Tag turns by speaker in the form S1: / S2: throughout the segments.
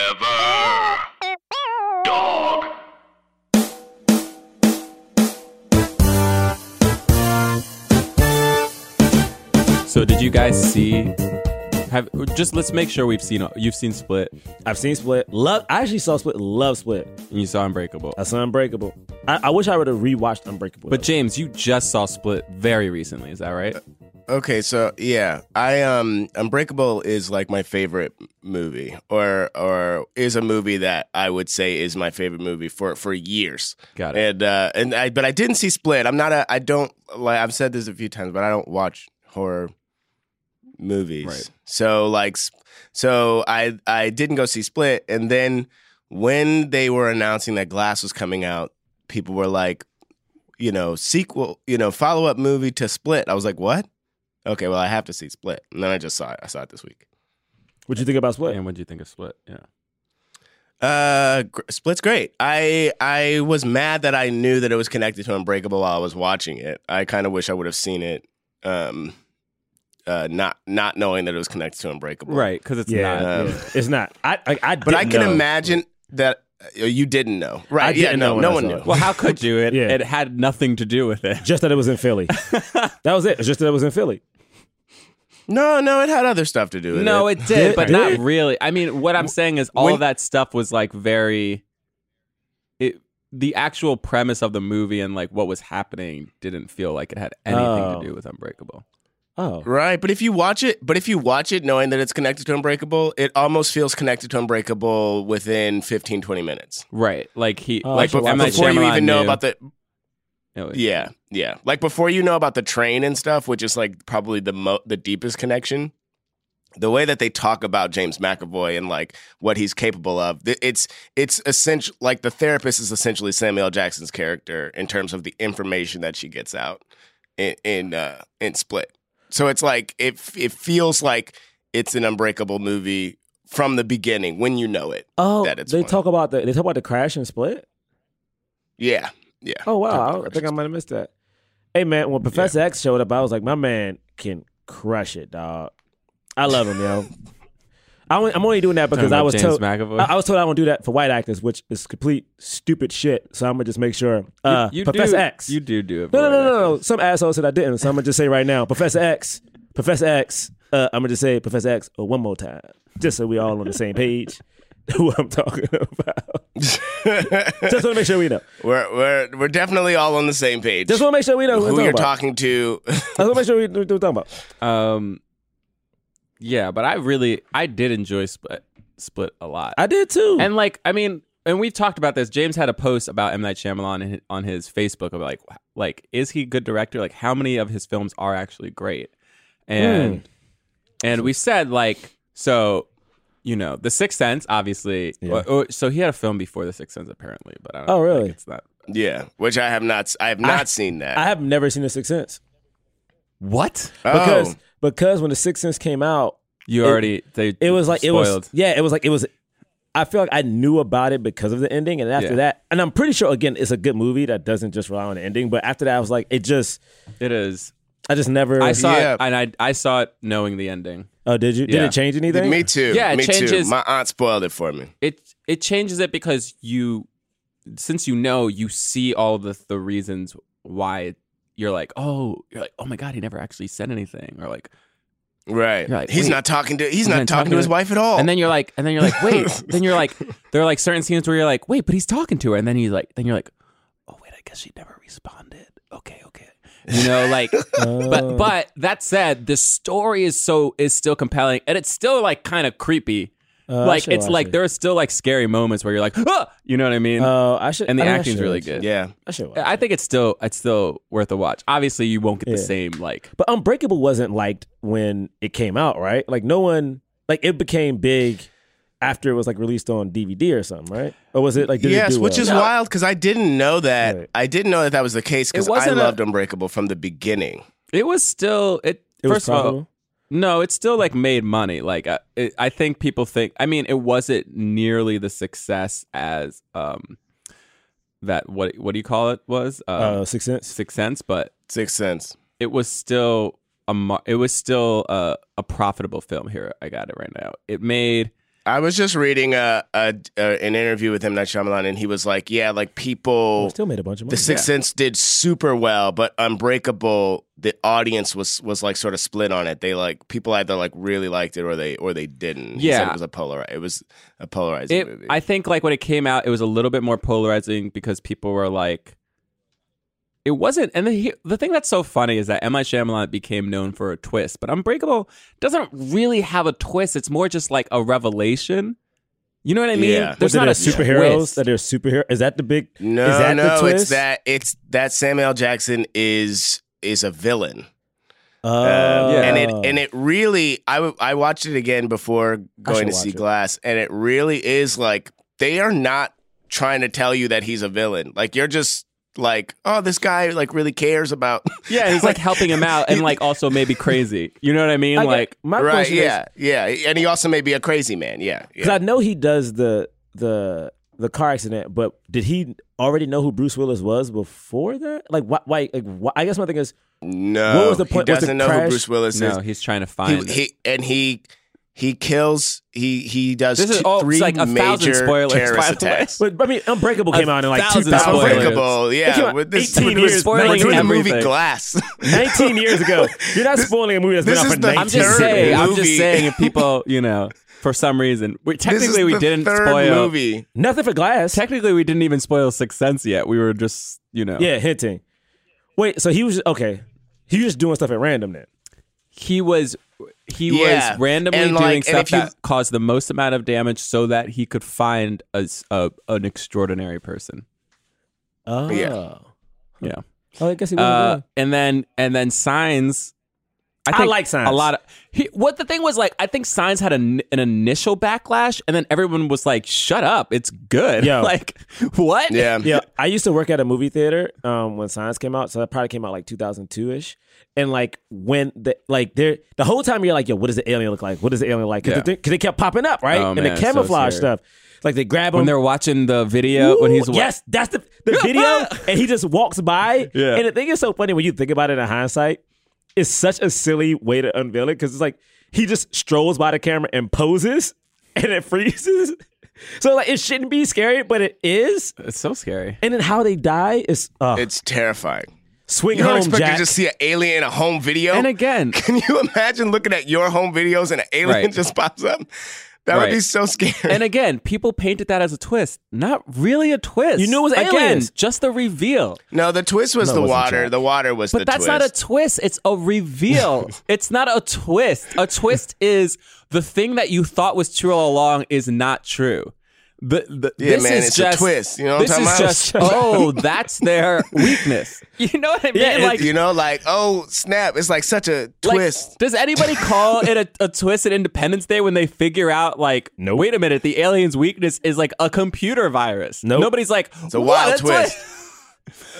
S1: Forever. Dog.
S2: So did you guys see? Have just let's make sure we've seen you've seen Split
S3: I've seen Split. Love. I actually saw Split. Love Split.
S2: and you saw Unbreakable.
S3: I saw Unbreakable. I, I wish I would have rewatched Unbreakable.
S2: But James, you just saw Split very recently. Is that
S4: Uh,
S2: right?
S4: Okay, so yeah, I um Unbreakable is like my favorite movie or or is a movie that I would say is my favorite movie for for years.
S2: Got it.
S4: And uh and I but I didn't see Split. I'm not a I don't like I've said this a few times, but I don't watch horror movies.
S2: Right.
S4: So like s- so I I didn't go see Split and then when they were announcing that Glass was coming out, people were like you know, sequel, you know, follow up movie to Split. I was like, what? Okay, well, I have to see Split. And then I just saw it. I saw it this week.
S3: what you think about Split?
S2: And what did you think of Split? Yeah.
S4: Uh, gr- Split's great. I I was mad that I knew that it was connected to Unbreakable while I was watching it. I kind of wish I would have seen it, um, uh, not not knowing that it was connected to Unbreakable.
S2: Right, because it's
S3: yeah,
S2: not.
S4: Um,
S3: yeah. it's not. I I, I
S4: But I
S3: didn't
S4: can
S3: know.
S4: imagine that uh, you didn't know. Right? yeah.
S3: didn't know
S4: No. No
S3: when I
S4: one
S3: saw
S4: knew.
S3: it.
S2: Well, how could you? It
S3: Yeah.
S2: it had nothing to do with it.
S3: Just that it was in Philly. that was it. It's just that it was in Philly.
S4: No. No. It had other stuff to do with
S2: No,
S4: it.
S2: it did, but
S3: Did
S2: not
S3: it?
S2: really. I mean, what I'm saying is all
S4: when-
S2: of that stuff was like very it the actual premise of the movie and like what was happening didn't feel like it had anything
S3: Oh.
S2: to do with Unbreakable.
S3: Oh,
S4: Right, but if you watch it, but if you watch it knowing that it's connected to Unbreakable, it almost feels connected to Unbreakable within 15 20 minutes.
S2: Right. Like he
S3: Oh,
S2: like
S3: I should
S4: But
S3: M. Night
S4: before you even know about the
S2: the
S4: yeah, yeah. Like before you know about the train and stuff, which is like probably the mo- the deepest connection. The way that they talk about James McAvoy and like what he's capable of, th- it's it's essential. Like the therapist is essentially Samuel L. Jackson's character in terms of the information that she gets out in in, uh, in Split. So it's like it it feels like it's an Unbreakable movie from the beginning when you know it.
S3: oh,
S4: That it's
S3: they
S4: funny.
S3: talk about the they talk about the crash and Split.
S4: Yeah, yeah. Talk
S3: Oh wow,
S4: about
S3: I- I
S4: Christian
S3: think I might have missed that. Hey man, when Professor X showed up, I was like, my man can crush it, dog. I love him, yo. I only, I'm only doing that because I was
S2: James
S3: told
S2: McAvoy.
S3: I, I was told I don't do that for white actors, which is complete stupid shit. So I'm gonna just make sure uh,
S2: you
S3: Professor
S2: do,
S3: X.
S2: You do do it.
S3: no, no,
S2: for
S3: no,
S2: it.
S3: no, no. Some asshole said I didn't, so I'm gonna just say right now, Professor X, Professor X. Uh, I'm gonna just say Professor X uh, one more time, just so we all on the same page. Who I'm talking about? just want to make sure we know.
S4: We're we're we're definitely all on the same page.
S3: Just want to make sure we know who, I'm
S4: who you're
S3: about.
S4: talking to.
S3: I want to make sure we know what we're talking about.
S2: Um Yeah, but I really I did enjoy Split Split a lot.
S3: I did too.
S2: And like, I mean, and we've talked about this. James had a post about M Night Shyamalan on his, on his Facebook about like, wh- like, is he a good director? Like, how many of his films are actually great? And
S3: Hmm.
S2: and we said like, so you know, The Sixth Sense, obviously.
S3: Yeah.
S2: Oh, oh, so he had a film before The Sixth Sense, apparently. But I don't
S3: Oh,
S2: think
S3: really?
S2: it's not.
S4: yeah, which I have not. I have not seen that.
S3: I have never seen The Sixth Sense
S2: What
S4: oh,
S3: because because when The Sixth Sense came out,
S2: you
S3: It-
S2: already? They
S3: it was like it
S2: spoiled.
S3: was yeah, it was like it was. I feel like I knew about it because of the ending, and after
S2: Yeah.
S3: that, and I'm pretty sure again, it's a good movie that doesn't just rely on the ending. But after that, I was like, it just,
S2: It is.
S3: I just never.
S2: I saw
S4: Yeah.
S2: it, and I I saw it knowing the ending.
S3: oh, did you? Did
S2: Yeah.
S3: it change anything?
S4: me too.
S2: Yeah, it
S4: me
S2: changes-
S4: too. My aunt spoiled it for me.
S2: it it changes it because you since you know you see all the the reasons why you're like oh you're like oh my god he never actually said anything or like
S4: Right.
S2: You're like,
S4: he's
S2: wait,
S4: not talking to. He's
S2: I'm
S4: not
S2: not
S4: talking, to his
S2: her.
S4: wife at all.
S2: and then you're like and then you're like wait then you're like there are like certain scenes where you're like wait but he's talking to her and then he's like then you're like oh wait I guess she never responded okay okay you know like but but that said the story is so is still compelling and it's still like kind of creepy
S3: Uh, I
S2: like
S3: should
S2: it's
S3: watch
S2: like
S3: it.
S2: there are still like scary moments where you're like ah! you know what I mean
S3: Oh, I should.
S2: and the
S3: I mean, I
S2: acting's
S3: should.
S2: really good
S4: yeah,
S3: I should. watch it.
S2: I think it's still it's still worth a watch. Obviously, you won't get the
S3: Yeah.
S2: same like.
S3: But Unbreakable wasn't liked when it came out, right? Like no one, like it became big after it was like released on DVD or something, right? Or was it like did it
S4: yes,
S3: do
S4: which
S3: well?
S4: is wild because I didn't know that.
S3: Right.
S4: I didn't know that that was the case because
S2: It
S4: I
S2: wasn't a-
S4: loved Unbreakable from the beginning.
S2: It was still it.
S3: It was
S2: first of all,
S3: profitable?
S2: no, it still like made money. Like uh, it, I think people think. I mean, it wasn't nearly the success as um that what what do you call it was uh,
S3: uh, Sixth Sense.
S2: Sixth Sense, but
S4: Sixth Sense.
S2: it was still a mar- it was still a, a profitable film. Here, I got it right now. It made
S4: I was just reading a, a, a an interview with M Night Shyamalan, and he was like, "Yeah, like people,
S3: Still made a bunch of
S4: The
S3: money.
S4: Sixth Sense did super well, but Unbreakable, the audience was was like sort of split on it. They like people either like really liked it or they or they didn't. He said
S2: Yeah.
S4: it was a polar. It was a polarizing
S2: It,
S4: movie.
S2: I think like when it came out, it was a little bit more polarizing because people were like, it wasn't. And the, he- the thing that's so funny is that M.I. Shyamalan became known for a twist, but Unbreakable doesn't really have a twist. It's more just like a revelation. You know what I mean?
S4: Yeah.
S2: There's
S3: What,
S2: not a
S3: that they're superheroes.
S2: twist.
S3: That they're superhero. Is that the big?
S4: no,
S3: is that
S4: no,
S3: the twist?
S4: it's that it's that Samuel L. Jackson is is a villain.
S3: Oh.
S4: Um,
S2: Yeah.
S4: And it and it really I w- I watched it again before going to
S3: watch
S4: see
S3: it.
S4: Glass and it really is like they are not trying to tell you that he's a villain. Like you're just like, oh, this guy like really cares about
S2: Yeah, he's like helping him out and like also maybe crazy. You know what I mean?
S3: I get-
S2: like
S3: my
S4: right,
S3: question is-
S4: yeah, yeah, and he also may be a crazy man, yeah, yeah.
S3: Because I know he does the the the car accident, but did he already know who Bruce Willis was before that? Like, why? why like, why, I guess my thing is,
S4: No,
S3: What was the point-
S4: He
S3: was the
S4: doesn't know who
S3: crash-
S4: Bruce Willis
S2: no,
S4: is.
S2: he's trying to
S4: He,
S2: find.
S4: he and he he kills. He he does
S2: This is
S4: two-
S2: all- it's
S4: three
S2: like a thousand
S4: major
S2: spoilers, by
S4: terrorist
S2: the
S4: attacks.
S3: but I mean, Unbreakable came out in like
S2: thousand
S3: 2000,
S2: spoilers.
S4: Unbreakable,
S3: It came
S4: yeah.
S3: out
S4: With this,
S3: 18
S4: we're
S3: years,
S4: doing, we're
S2: spoiling
S4: doing the movie
S2: everything.
S4: Glass.
S3: 19 years ago. You're not spoiling a movie that's been
S4: this
S3: out
S4: is
S3: for
S4: the
S3: 19
S2: I'm just
S4: third
S2: saying. I'm just
S4: movie.
S2: saying. If people, you know, for some reason, we,
S4: This is
S2: technically we
S4: the
S2: didn't
S4: third
S2: spoil.
S4: movie.
S3: Nothing for Glass.
S2: Technically, we didn't even spoil Sixth Sense yet. We were just, you know,
S3: yeah, hinting. Wait, so he was okay. He was just doing stuff at random then.
S2: he was he
S4: Yeah.
S2: was randomly
S4: And,
S2: doing
S4: like, and
S2: stuff
S4: if you-
S2: that caused the most amount of damage so that he could find a, s- a- an extraordinary person.
S3: Oh.
S4: Yeah.
S2: Yeah.
S3: Oh, I guess he was.
S2: Uh, and then and then signs.
S3: I like Signs.
S2: A lot of he, what the thing was like. I think signs had an, an initial backlash, and then everyone was like, "Shut up, it's good."
S3: Yo.
S2: like what?
S4: Yeah,
S3: yeah, I used to work at a movie theater um, when Science came out, so that probably came out like 2002 ish. And like when the like there, the whole time you're like, yo, what does the alien look like? What does the alien like? Because
S2: Yeah.
S3: it kept popping up, right?
S2: Oh,
S3: and
S2: man,
S3: the
S2: it's so
S3: camouflage
S2: scary.
S3: stuff, like they grab him
S2: When they're watching the video, when he's
S3: Ooh,
S2: wa-
S3: yes, that's the the video, and he just walks by.
S2: Yeah.
S3: And the thing is so funny when you think about it in hindsight, it's such a silly way to unveil it because it's like he just strolls by the camera and poses, and it freezes. So like it shouldn't be scary, but it is.
S2: it's so scary.
S3: And then how they die is uh,
S4: it's terrifying.
S3: swing
S4: You don't
S3: home,
S4: expect
S3: Jack.
S4: to just see an alien in a home video.
S2: And again,
S4: Can you imagine looking at your home videos and an alien
S2: Right.
S4: just pops up? That would
S2: Right.
S4: be so scary.
S2: and again, people painted that as a twist. Not really a twist.
S3: You knew it was
S2: again
S3: aliens.
S2: just the reveal.
S4: no, the twist was
S3: No, it
S4: the
S3: wasn't
S4: water.
S3: Jack.
S4: The water was
S2: But
S4: the
S2: that's
S4: twist.
S2: not a twist. It's a reveal. it's not a twist. A twist is the thing that you thought was true all along is not true. The, the,
S4: Yeah,
S2: this
S4: man,
S2: is
S4: it's a
S2: just,
S4: twist. You know what I'm
S2: this
S4: talking
S2: is
S4: about?
S2: just oh, that's their weakness. You know what I mean?
S3: Yeah, it-
S2: like,
S4: you know, like oh snap! It's like such a
S2: like,
S4: twist.
S2: does anybody call it a, a twist at Independence Day when they figure out like, no,
S3: Nope.
S2: wait a minute, the alien's weakness is like a computer virus?
S3: Nope.
S2: Nobody's like, it's
S4: a wild twist.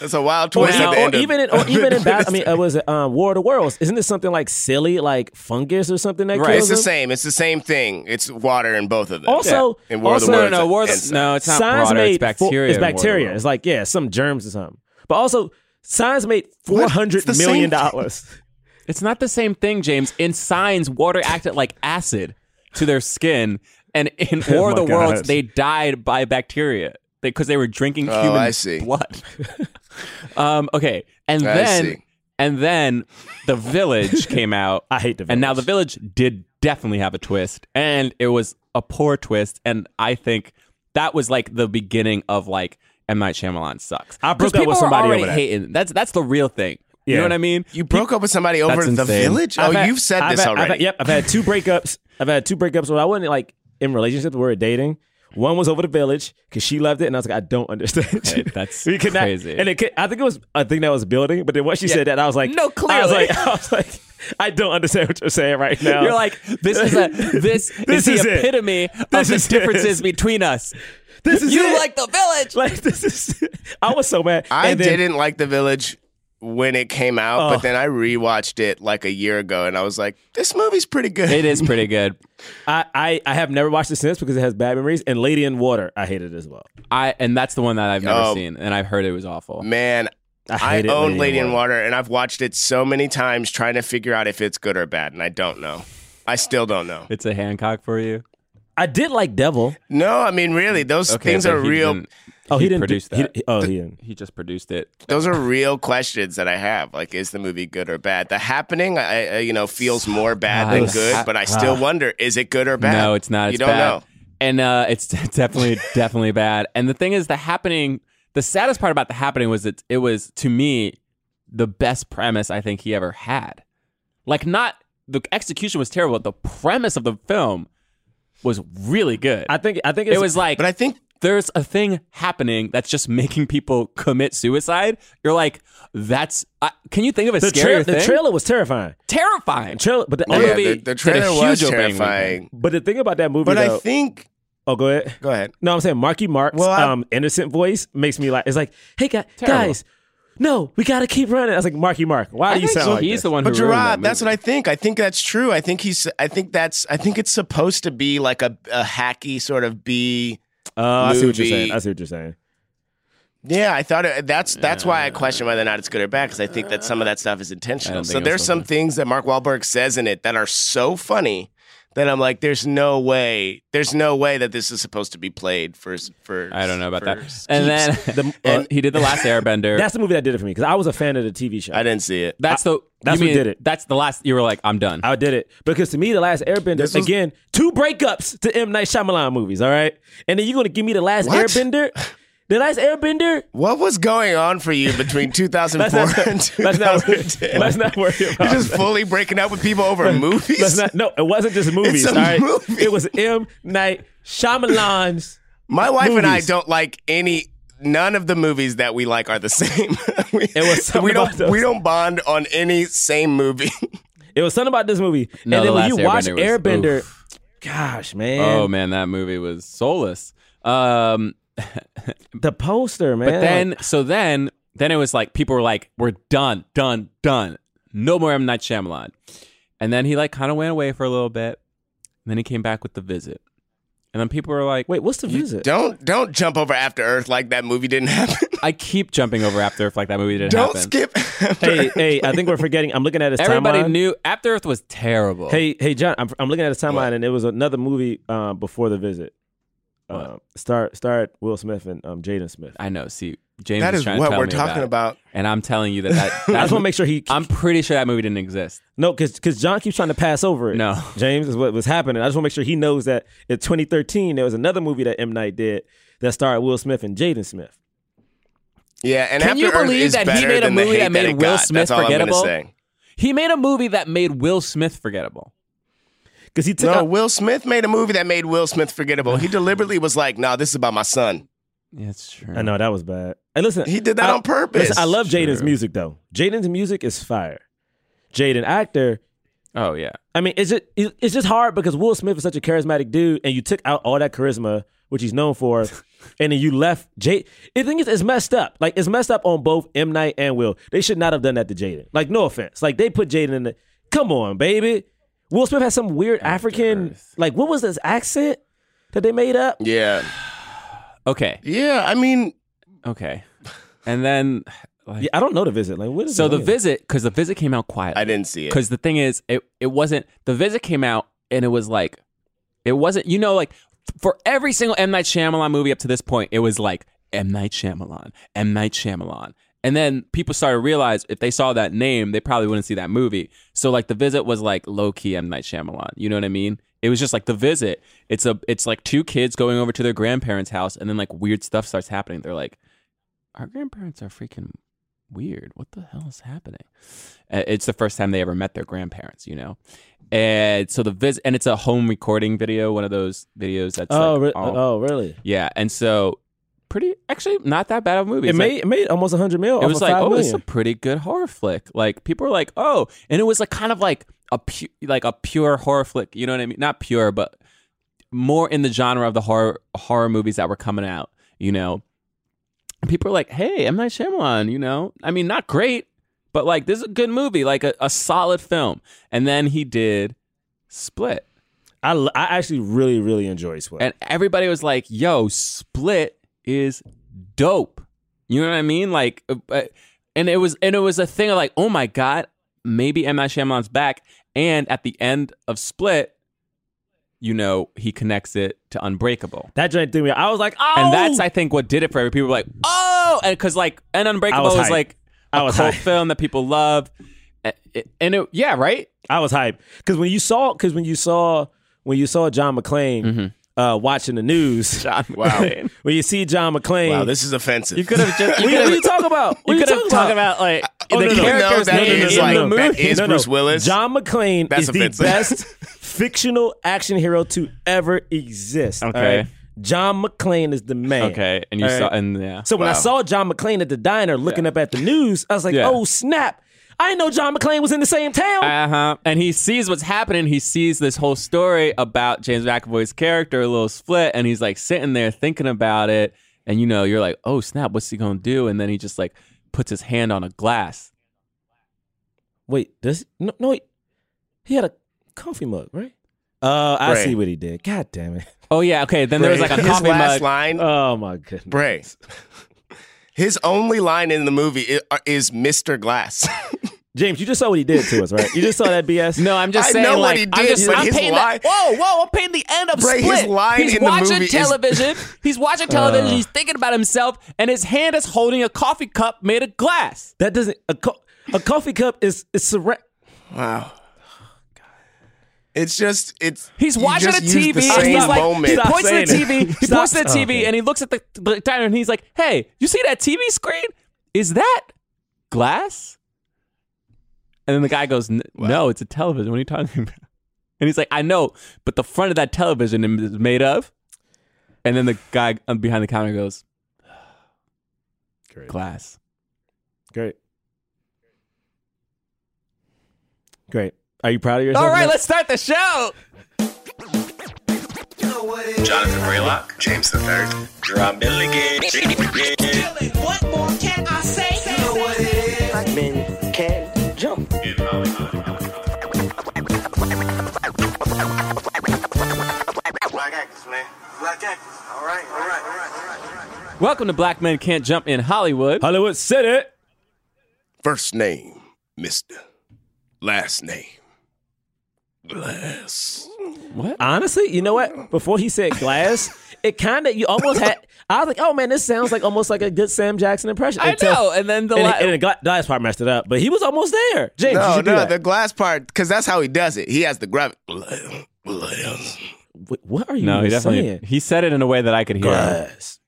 S4: It's a wild
S3: Or,
S4: twist
S3: even-
S4: at the
S3: or
S4: end. of-
S3: even in, or even in bat- I mean, it was it, um, War of the Worlds. Isn't this something like silly, like fungus or something that
S2: Right.
S4: it's
S3: kills
S4: the
S3: them?
S4: same. It's the same thing. It's water in both of them.
S3: Also,
S4: in War of
S3: also
S4: the
S2: No,
S4: Worlds,
S2: no, war of the-
S4: and-
S2: no, it's not
S3: Science
S2: water,
S3: made
S2: it's bacteria.
S3: Four,
S2: in
S3: it's
S2: War of the
S3: bacteria.
S2: Worlds.
S3: It's like yeah, some germs or something. But also, science made four hundred
S4: It's the same
S3: million
S4: thing.
S3: dollars.
S2: It's not the same thing, James. In signs, water acted like acid to their skin, and in
S4: Oh
S2: War of
S3: my
S2: the Worlds,
S3: God.
S2: they died by bacteria because they, were drinking
S4: Oh,
S2: human
S4: I see.
S2: blood. um, okay, and
S4: I
S2: then
S4: see.
S2: and then the village came out,
S3: I hate the. Village.
S2: and now the village did definitely have a twist, and it was a poor twist, and I think that was like the beginning of like M Night Shyamalan sucks.
S3: I broke
S2: 'Cause
S3: up
S2: people
S3: with
S2: were
S3: somebody
S2: already
S3: over that.
S2: hating. That's that's the real thing. You
S3: Yeah.
S2: know what I mean?
S4: You broke up with somebody over
S2: That's
S4: the
S2: insane.
S4: village?
S3: I've
S4: oh,
S3: had-
S4: you've said
S3: I've
S4: this
S3: had- I've
S4: already.
S3: had- yep, I've had two breakups. I've had two breakups where I wasn't like in relationships where we were dating. One was over the village because she loved it, and I was like, I don't understand.
S2: Hey, that's
S3: we could
S2: crazy.
S3: Not, and it could, I think it was a thing that was building, but then once she said that, I was like,
S2: No,
S3: I was
S2: clearly.
S3: like, I was like, I don't understand what you're saying right now.
S2: You're like, this is a this, is,
S3: This is
S2: the
S3: it.
S2: epitome of
S3: This
S2: the
S3: is
S2: differences
S3: it.
S2: between us.
S3: this is
S2: you
S3: it.
S2: like the village.
S3: like this is. I was so mad.
S4: I
S3: And then-
S4: didn't like the village when it came out,
S3: Oh.
S4: but then I rewatched it like a year ago, and I was like, this movie's pretty good.
S2: It is pretty good.
S3: I, I I have never watched it since because it has bad memories. And Lady in Water, I hate it as well.
S2: I and that's the one that I've never
S4: Oh.
S2: seen, and I've heard it was awful.
S4: Man,
S3: I
S4: I,
S3: hate it,
S4: own Lady in Water, and I've watched it so many times trying to figure out if it's good or bad, and I don't know. I still don't know.
S2: It's a Hancock for you.
S3: I did like Devil.
S4: No, I mean really, those
S2: Okay,
S4: things
S2: but
S4: are
S2: he
S4: real.
S2: didn't-
S3: Oh, he,
S2: he
S3: didn't
S2: produced
S3: do, he-
S2: that.
S3: He, oh, he didn't.
S2: He just produced it.
S4: Those are real questions that I have. Like, is the movie good or bad? The Happening, I, I you know, feels more bad than
S2: God.
S4: good, but I still wonder, is it good or bad?
S2: No, it's not.
S4: You
S2: It's
S4: don't
S2: bad.
S4: know.
S2: And uh, it's definitely, definitely bad. And the thing is, the happening, the saddest part about the happening was that it was, to me, the best premise I think he ever had. Like, not the execution was terrible, but the premise of the film was really good.
S3: I think I think it's,
S2: it was like,
S4: But I think
S2: there's a thing happening that's just making people commit suicide. You're like, that's, uh, can you think of a
S3: the,
S2: scarier
S3: tra- the
S2: thing?
S3: trailer was terrifying.
S2: Terrifying.
S3: Trailer, but the,
S2: That
S4: yeah,
S2: movie
S4: the,
S2: did
S4: the
S2: a
S4: trailer was
S2: huge opening
S4: terrifying.
S3: but the thing about that movie,
S4: But I
S3: though-
S4: think
S3: oh, go ahead.
S4: go ahead.
S3: No, I'm saying Marky Mark's
S4: Well, I-
S3: um, innocent voice makes me like it's like, hey guy,
S2: Terrible.
S3: guys, no, we gotta keep running. I was like, Marky Mark, why do you sound like
S2: he's
S3: this?
S2: the one
S4: But
S2: who ruined that
S4: Gerard, that's
S2: movie.
S4: what I think. I think that's true. I think he's. I think that's. I think it's supposed to be like a, a hacky sort of B.
S3: Oh, I see what you're
S4: movie.
S3: saying. I see what you're saying.
S4: Yeah, I thought it, that's that's why I question whether or not it's good or bad because I think that some of that stuff is intentional.
S2: think
S4: So
S2: it
S4: there's
S2: was
S4: some things that Mark Wahlberg says in it that are so funny that I'm like, there's no way, there's no way that this is supposed to be played for for.
S2: I don't know about that.
S4: for keeps.
S2: And then
S3: The-
S2: and
S3: uh,
S2: he did the last Airbender.
S3: That's the movie that did it for me because I was a fan of the TV show.
S4: I didn't see it.
S2: that's the
S3: that's
S2: you
S3: what
S2: mean-
S3: did it.
S2: That's the last. You were like, I'm done.
S3: I did it because to me, the last Airbender
S4: This was-
S3: again two breakups to M Night Shyamalan movies. All right, and then you're gonna give me the last
S4: What?
S3: Airbender, the last Airbender.
S4: What was going on for you between 2004 and
S3: Let's not,
S4: 2010?
S3: let's not worry
S4: You're
S3: about
S4: just
S3: that.
S4: fully breaking up with people over movies.
S3: Let's not, no, it wasn't just movies.
S4: a
S3: all right?
S4: movie.
S3: It was M Night Shyamalan's.
S4: My wife and I
S3: Movies.
S4: don't like any. None of the movies that we like are the same. we,
S3: was something
S4: we
S3: about
S4: don't
S3: those.
S4: we don't bond on any same movie.
S3: It was something about this movie.
S2: No,
S3: and
S2: the
S3: then when
S2: last
S3: you watch
S2: Airbender was-
S3: Airbender,
S2: oof.
S3: gosh, man.
S2: oh man, that movie was soulless. Um,
S3: The poster, man.
S2: but then so then then it was like people were like, we're done, done, done. No more M Night Shyamalan. And then he like kind of went away for a little bit. And then he came back with the visit. And then people were like,
S3: wait, what's the visit?
S4: don't don't jump over After Earth like that movie didn't happen.
S2: I keep jumping over After Earth like that movie didn't
S4: don't
S2: happen.
S4: skip. After
S3: Hey,
S4: Earth.
S3: hey, I think we're forgetting. I'm looking at his
S2: Everybody
S3: timeline.
S2: knew After Earth was
S4: Oh.
S2: terrible.
S3: Hey, hey, John, I'm, I'm looking at his timeline, and it was another movie um, before the visit. Um, start, start Will Smith and um, Jaden Smith. I
S2: I know. See, James
S4: that
S2: is
S4: is
S2: trying to
S4: what
S2: tell
S4: we're
S2: me
S4: talking
S2: it.
S4: about.
S2: and I'm telling you that that
S3: just
S2: that's
S3: want to make sure he
S2: I'm pretty sure that movie didn't exist.
S3: no, because because John keeps trying to pass over it.
S2: No.
S3: James is what was happening. I just want to make sure he knows that in 2013 there was another movie that M Night did that starred Will Smith and Jaden Smith.
S4: Yeah, and
S2: Can
S4: After
S2: you believe
S4: Earth is
S2: that he
S4: better
S2: made a
S4: than the
S2: movie
S4: hate
S2: that made
S4: it
S2: Will
S4: got.
S2: Smith
S4: That's all I'm gonna
S2: forgettable?
S4: say.
S2: He made a movie that made Will Smith forgettable.
S3: Because he took
S2: uh,
S4: No,
S3: out,
S4: Will Smith made a movie that made Will Smith forgettable. He deliberately was like, "No, this is about my son."
S2: Yeah, it's true.
S3: I know that was bad. And listen,
S4: He did that
S3: I-
S4: on purpose.
S3: Listen, I love
S2: True.
S3: Jaden's music though. Jaden's music is fire. Jaden actor.
S2: Oh yeah.
S3: I mean, it's just it's just hard because Will Smith is such a charismatic dude, and you took out all that charisma, which he's known for, and then you left Jaden. The thing is, it's messed up. Like it's messed up on both M Night and Will. They should not have done that to Jaden. Like no offense, like they put Jaden in the. Come on, baby. Will Smith has some weird African.
S2: Earth.
S3: Like what was this accent that they made up?
S4: Yeah,
S2: Okay.
S4: yeah. I mean,
S2: Okay. And then like
S3: Yeah, I don't know the visit. Like what is
S2: so
S3: it?
S2: the visit because the visit came out quietly.
S4: I didn't see it.
S2: Because the thing is, it it wasn't the visit came out and it was like, it wasn't you know like for every single M Night Shyamalan movie up to this point, it was like M Night Shyamalan, M Night Shyamalan, and then people started to realize if they saw that name, they probably wouldn't see that movie. So like the visit was like low key M Night Shyamalan. You know what I mean? It was just like the visit. It's a it's like two kids going over to their grandparents' house, and then like weird stuff starts happening. They're like, our grandparents are freaking weird. What the hell is happening? Uh, It's the first time they ever met their grandparents, you know. And so the visit, and it's a home recording video, one of those videos that's
S3: Oh,
S2: like
S3: re-
S2: all-
S3: oh, really?
S2: yeah. And so pretty, actually, not that bad of a movie.
S3: It
S2: It's like-
S3: made it made almost hundred mil.
S2: it was like, oh, it's
S3: million.
S2: a pretty good horror flick. Like people were like, oh, and it was like kind of like a pu- like a pure horror flick. You know what I mean? Not pure, but more in the genre of the horror horror movies that were coming out. You know, and people were like, hey, M Night Shyamalan. You know, I mean, not great, but like this is a good movie, like a, a solid film. And then he did Split,
S3: I, l- I actually really really enjoy Sweat.
S2: and everybody was like, yo, Split is dope. You know what I mean? Like, uh, uh, and it was and it was a thing of like, oh my god, maybe M Night Shyamalan's back. And at the end of Split, you know, he connects it to Unbreakable.
S3: That joint threw me. I was like, oh,
S2: And that's I think what did it for every people were like, "Oh!" And cuz like and Unbreakable
S3: I was
S2: was,
S3: hyped.
S2: like a
S3: I was
S2: cult
S3: hyped.
S2: film that people love. And it, and it- yeah, right?
S3: I was hyped because when you saw because when you saw when you saw John McClane uh, watching the news,
S2: Mm-hmm. John
S4: Wow.
S2: McClane.
S3: when you see John McClane,
S4: Wow, this is offensive.
S2: You could have just you could
S3: what, what are you
S2: have
S3: talking about? What
S2: you
S3: are
S2: could have
S3: talking about?
S2: talked about like
S3: Oh,
S2: the
S3: no, no.
S4: Even though
S2: character's
S4: that
S2: name
S4: is
S2: in
S4: like- that
S2: the movie.
S4: is Bruce Willis.
S3: John McClane
S4: That's
S3: is the
S4: offensive.
S3: best fictional action hero to ever exist. all
S2: Okay.
S3: right? John McClane is the man.
S2: Okay, and you
S3: all
S2: saw
S3: right?
S2: and yeah.
S3: So when I
S4: Wow.
S3: saw John McClane at the diner looking up at the news, I was like,
S2: Yeah.
S3: "Oh snap! I didn't know John McClane was in the same town."
S2: Uh huh. And he sees what's happening. He sees this whole story about James McAvoy's character, a little split, and he's like sitting there thinking about it. And you know, you're like, oh snap, what's he gonna do? And then he just like puts his hand on a glass.
S3: Wait, does no no? He, he had a coffee mug, right? Uh, I
S4: Right.
S3: see what he did. God damn it!
S2: Oh yeah, okay. Then there was like a
S4: His
S2: coffee
S4: last
S2: mug. Uh.
S4: line,
S3: Oh my goodness.
S4: Bray. His only line in the movie i- uh, is "Mr. Glass."
S3: James, you just saw what he did to us, right? You just saw that BS.
S2: No, I'm just
S4: I
S2: saying.
S4: know what
S2: like,
S4: he
S2: I'm
S4: did,
S2: just,
S4: but
S2: I'm
S4: his
S2: painting
S4: line-
S2: the- whoa, whoa! I'm painting the end of
S4: Bray, his
S2: split.
S4: line
S2: he's
S4: in the
S2: watching
S4: movie is- Uh.
S2: television. he's watching television. he's thinking about himself, and his hand is holding a coffee cup made of glass.
S3: that doesn't. A, co- a coffee cup is is surra-
S4: Wow. It's just it's
S2: He's
S4: you
S2: watching the
S4: just use
S2: TV
S4: the
S2: and
S4: same
S2: he's like,
S4: moment.
S2: he
S3: Stop
S2: points to the
S3: saying it.
S2: TV, he
S3: Stop-
S2: points to the
S3: oh,
S2: TV,
S3: okay.
S2: and he looks at the, the diner and he's like, "Hey, you see that TV screen? Is that glass?" And then the guy goes, "N- "No, it's a television. What are you talking about?" And he's like, "I know, but the front of that television is made of." And then the guy um, behind the counter goes,
S3: Great.
S2: "Glass."
S3: Great. Great. Are you proud of yourself?
S2: All right,
S3: Matt?
S2: let's start the show.
S5: Jonathan Braylock, James the Third, Rob Milligan.
S6: What more can I say? You know what it is.
S7: men can jump.
S5: Black actors, man. Black actors. All right, all right, all right, all right, all right.
S2: Welcome to Black Men Can't Jump in Hollywood.
S3: Hollywood said it.
S4: First name, Mister. Last name, Glass.
S3: Honestly, you know what? Before he said glass, it kind of you almost had. I was like, oh man, this sounds like almost like a good Sam Jackson impression.
S2: I
S3: Until-
S2: know, and then the
S3: And,
S2: la-
S3: the- and the gla- glass part messed it up, but he was almost there. James, you
S4: No,
S3: should do
S4: no,
S3: that.
S4: the glass part because that's how he does it. He has the gravity. Glass.
S3: Wh- what are you
S2: No, he definitely
S3: saying?
S2: he said it in a way that I could hear.
S3: Glass. Is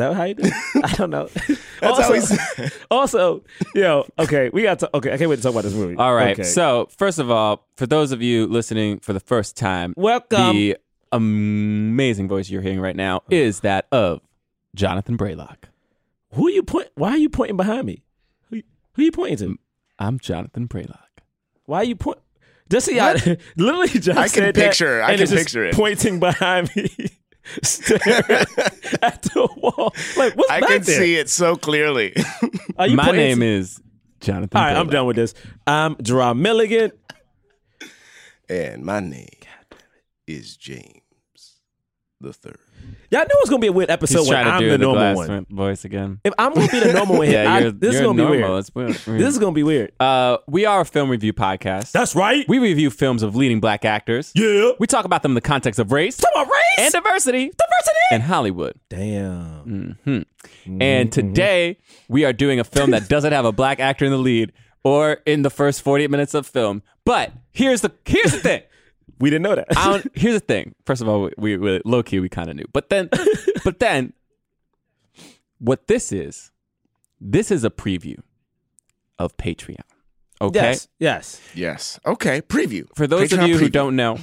S3: that how you do? it? I don't know.
S4: That's
S3: also,
S4: how he said. it.
S3: also, yo, okay, we got to. Okay, I can't wait to talk about this movie.
S2: All right.
S3: Okay.
S2: So, first of all, for those of you listening for the first time,
S3: welcome.
S2: the amazing voice you're hearing right now is that of Jonathan Braylock.
S3: Who you point? Why are you pointing behind me? Who, who you pointing to?
S2: I'm Jonathan Braylock.
S3: Why are you point? Just so y'all, literally just
S4: I can
S3: said that,
S4: picture- I
S3: and
S4: can
S3: it's just
S4: picture it.
S3: Pointing behind me, staring at the wall. Like what's
S4: I
S3: back
S4: can
S3: there?
S4: see it so clearly.
S3: Are you
S2: My
S3: pointing
S2: name
S3: to-
S2: is Jonathan.
S3: All right, I'm
S2: Braylock.
S3: done with this. I'm Gerard Milligan.
S4: and my name is James the Third.
S3: Y'all know it's gonna be a weird
S2: He's
S3: episode when
S2: trying to
S3: I'm
S2: do
S3: the,
S2: the
S3: normal
S2: glass
S3: one.
S2: voice again.
S3: If I'm gonna be the normal one, here,
S2: Yeah,
S3: I-
S2: you're,
S3: this is
S2: you're
S3: gonna
S2: normal.
S3: be weird.
S2: It's weird.
S3: This is gonna be weird.
S2: uh, we are a film review podcast.
S3: That's right.
S2: we review films of leading black actors.
S3: yeah.
S2: We talk about them in the context of race
S3: Come on, race.
S2: and Mm. diversity
S3: diversity.
S2: and Hollywood.
S3: Damn.
S2: And today we are doing a film that doesn't have a black actor in the lead or in the first 48 minutes of film. But here's the here's the thing.
S3: We didn't know that.
S2: I don't, here's the thing. First of all, we, we, we low key we kind of knew, but then, but then, what this is, this is a preview of Patreon. Okay,
S3: yes. Yes.
S4: Yes. Okay. Preview
S2: for those
S4: Patreon
S2: of you who
S4: preview.
S2: don't know,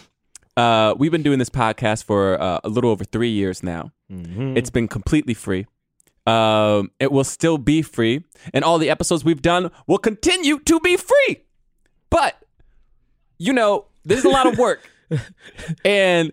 S2: uh, we've been doing this podcast for uh, a little over three years now. It's been completely free. Um, it will still be free, and all the episodes we've done will continue to be free. But you know, this is a lot of work, and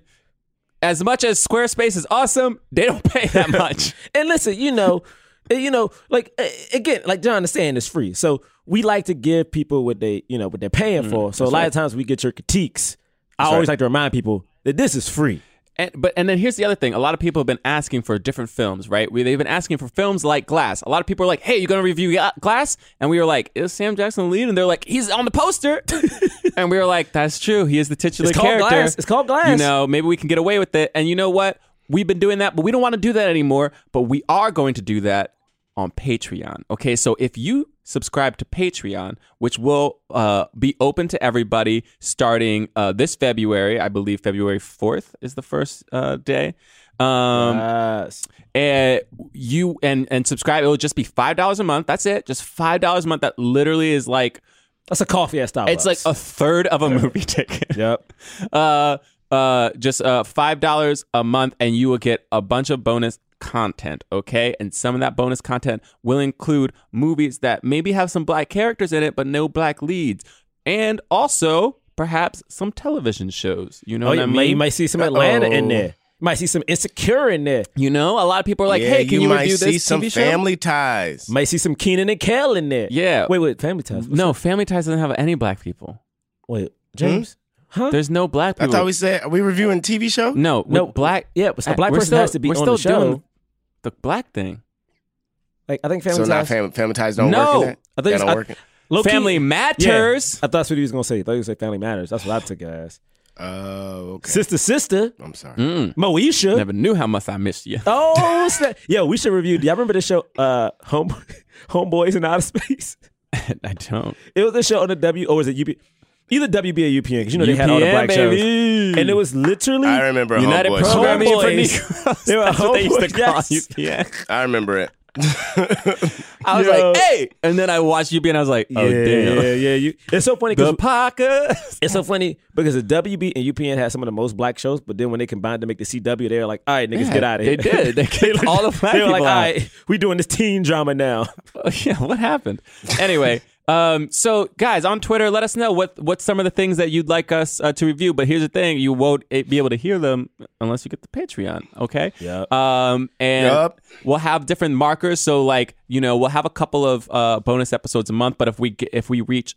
S2: as much as Squarespace is awesome, they don't pay that much.
S3: And listen, you know, uh, you know, like a- again, like John is saying, it's free. So we like to give people what they, you know, what
S2: Mm,
S3: they're paying for. So a lot of times we get your critiques. I always like to remind people that this is free.
S2: and but and then here's the other thing. A lot of people have been asking for different films, right? We they've been asking for films like Glass. A lot of people are like, "Hey, you gonna review Ga- Glass?" And we were like, "Is Sam Jackson the lead?" And they're like, "He's on the poster." and we were like, "That's true. He is the titular
S3: It's called
S2: character.
S3: Glass. It's called Glass.
S2: You know, maybe we can get away with it." And you know what? We've been doing that, but we don't want to do that anymore. But we are going to do that on Patreon. Okay, so if you subscribe to Patreon, which will uh, be open to everybody starting uh, this February, I believe February 4th is the first uh, day. Um,
S3: Yes.
S2: and you and and subscribe. It'll just be five dollars a month. That's it. Just five dollars a month. That literally is like
S3: That's a coffee at Starbucks.
S2: it's like a third of a movie ticket
S3: yep.
S2: uh, uh, just uh, five dollars a month, and you will get a bunch of bonus content. Okay, and some of that bonus content will include movies that maybe have some black characters in it, but no black leads, and also perhaps some television shows. You know
S3: Oh,
S2: what
S3: you
S2: I mean?
S3: might, you might see some Atlanta in
S4: Uh-oh.
S3: there. You might see some Insecure in there.
S2: you know, a lot of people are like,
S4: yeah,
S2: "Hey, can you,
S4: might
S2: review
S4: see
S2: this
S4: some
S2: TV show?"
S4: family ties.
S3: Might see some Keenan and Kel in there.
S2: Yeah.
S3: Wait, wait, Family Ties.
S2: No, Family Ties doesn't have any black people.
S3: Wait, James?
S2: Hmm?
S3: Huh?
S2: There's no black
S4: I
S2: people.
S4: thought we said are we reviewing TV show?
S2: no,
S3: No,
S2: no black.
S3: yeah, but a
S2: I-
S3: black
S2: we're
S3: person has to be
S2: we're
S3: on the
S2: still doing
S3: show.
S2: The black thing.
S3: Like, I think
S4: so
S3: Family
S4: not
S3: Ties.
S4: fam- family ties don't
S2: No.
S4: work. In that?
S3: I think
S4: That
S3: it's-
S4: don't
S3: I-
S4: work. in-
S3: Low-key-
S2: Family matters.
S3: Yeah. I thought that's what he was going to say. I thought he was going to say Family Matters. That's what I took it as.
S4: Oh, okay.
S3: Sister, Sister.
S4: I'm sorry.
S2: Mm.
S3: Moesha.
S2: Never knew how much I missed you.
S3: Oh, snap. Yo, we should review. Do y'all remember the show, uh, Home Homeboys in Outer Space?
S2: I don't.
S3: It was a show on the W, or was it UP? Either WB or UPN, because you know they had all the
S2: UPN,
S3: black shows.
S2: baby.
S3: And it was literally.
S4: I remember
S2: United
S4: Homeboys.
S2: Programming for
S3: Homeboys.
S2: Negroes.
S3: They were
S2: That's what they used to
S3: homeboys,
S2: call
S3: yes.
S2: UPN.
S4: I remember it.
S2: I was
S3: Yo.
S2: like, hey. And then I watched UPN. I was like, oh,
S3: yeah, yeah,
S2: damn.
S3: yeah. You, it's so funny because
S2: The Packers.
S3: it's so funny because the WB and UPN had some of the most black shows, but then when they combined to make the CW, they were like, "All right, niggas,
S2: Yeah,
S3: get out of here."
S2: they did. They kicked
S3: like-
S2: all the black
S3: They were like,
S2: people
S3: "All
S2: out."
S3: right, we doing this teen drama now."
S2: Oh, yeah, what happened? Anyway, um, so guys on Twitter, let us know what what's some of the things that you'd like us uh, to review. But here's the thing: you won't eh, be able to hear them unless you get the Patreon. Okay.
S3: Yep.
S2: Um, and
S4: Yup.
S2: we'll have different markers. So like you know, we'll have a couple of uh, bonus episodes a month. But if we get, if we reach,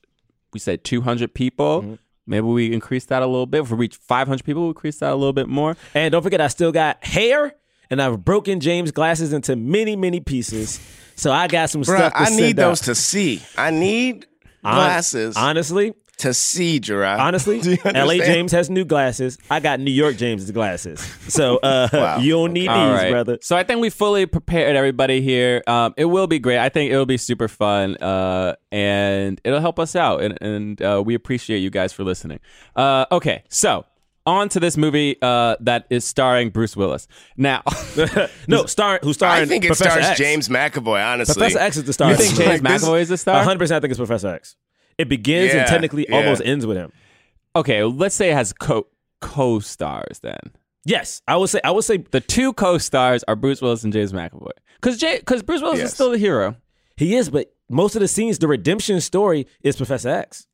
S2: we said 200 people. Maybe we increase that a little bit. If we reach 500 people, we increase that a little bit more.
S3: And don't forget, I still got hair, and I've broken James' glasses into many, many pieces. So I got some
S4: Bruh,
S3: stuff. To
S4: I need
S3: send
S4: those
S3: out.
S4: to see. I need
S3: Hon-
S4: glasses
S3: Honestly,
S4: to see, Gerard.
S3: honestly,
S4: Do you
S3: L.A.
S4: understand?
S3: James has new glasses. I got New York James's glasses. So uh,
S4: Wow.
S3: you don't need
S2: All
S3: these,
S2: right.
S3: brother.
S2: So I think we fully prepared everybody here. Um, it will be great. I think it'll be super fun, uh, and it'll help us out. And, and uh, we appreciate you guys for listening. Uh, okay, so on to this movie uh, that is starring Bruce Willis. Now,
S3: Uh, No, star who's starring?
S4: I think it
S3: Professor
S4: stars
S3: X.
S4: James McAvoy. Honestly,
S3: Professor X is the star.
S2: you think
S4: Like
S2: James
S4: this-
S2: McAvoy is the star?
S3: hundred percent. I think it's Professor X. It begins and
S4: Yeah,
S3: technically
S4: yeah.
S3: almost ends with him.
S2: Okay, let's say it has co co-stars then.
S3: Yes, I would say. I would say
S2: The two co-stars are Bruce Willis and James McAvoy. Because because Bruce Willis is
S4: Yes.
S2: still the hero.
S3: he is, but most of the scenes, the redemption story is Professor X.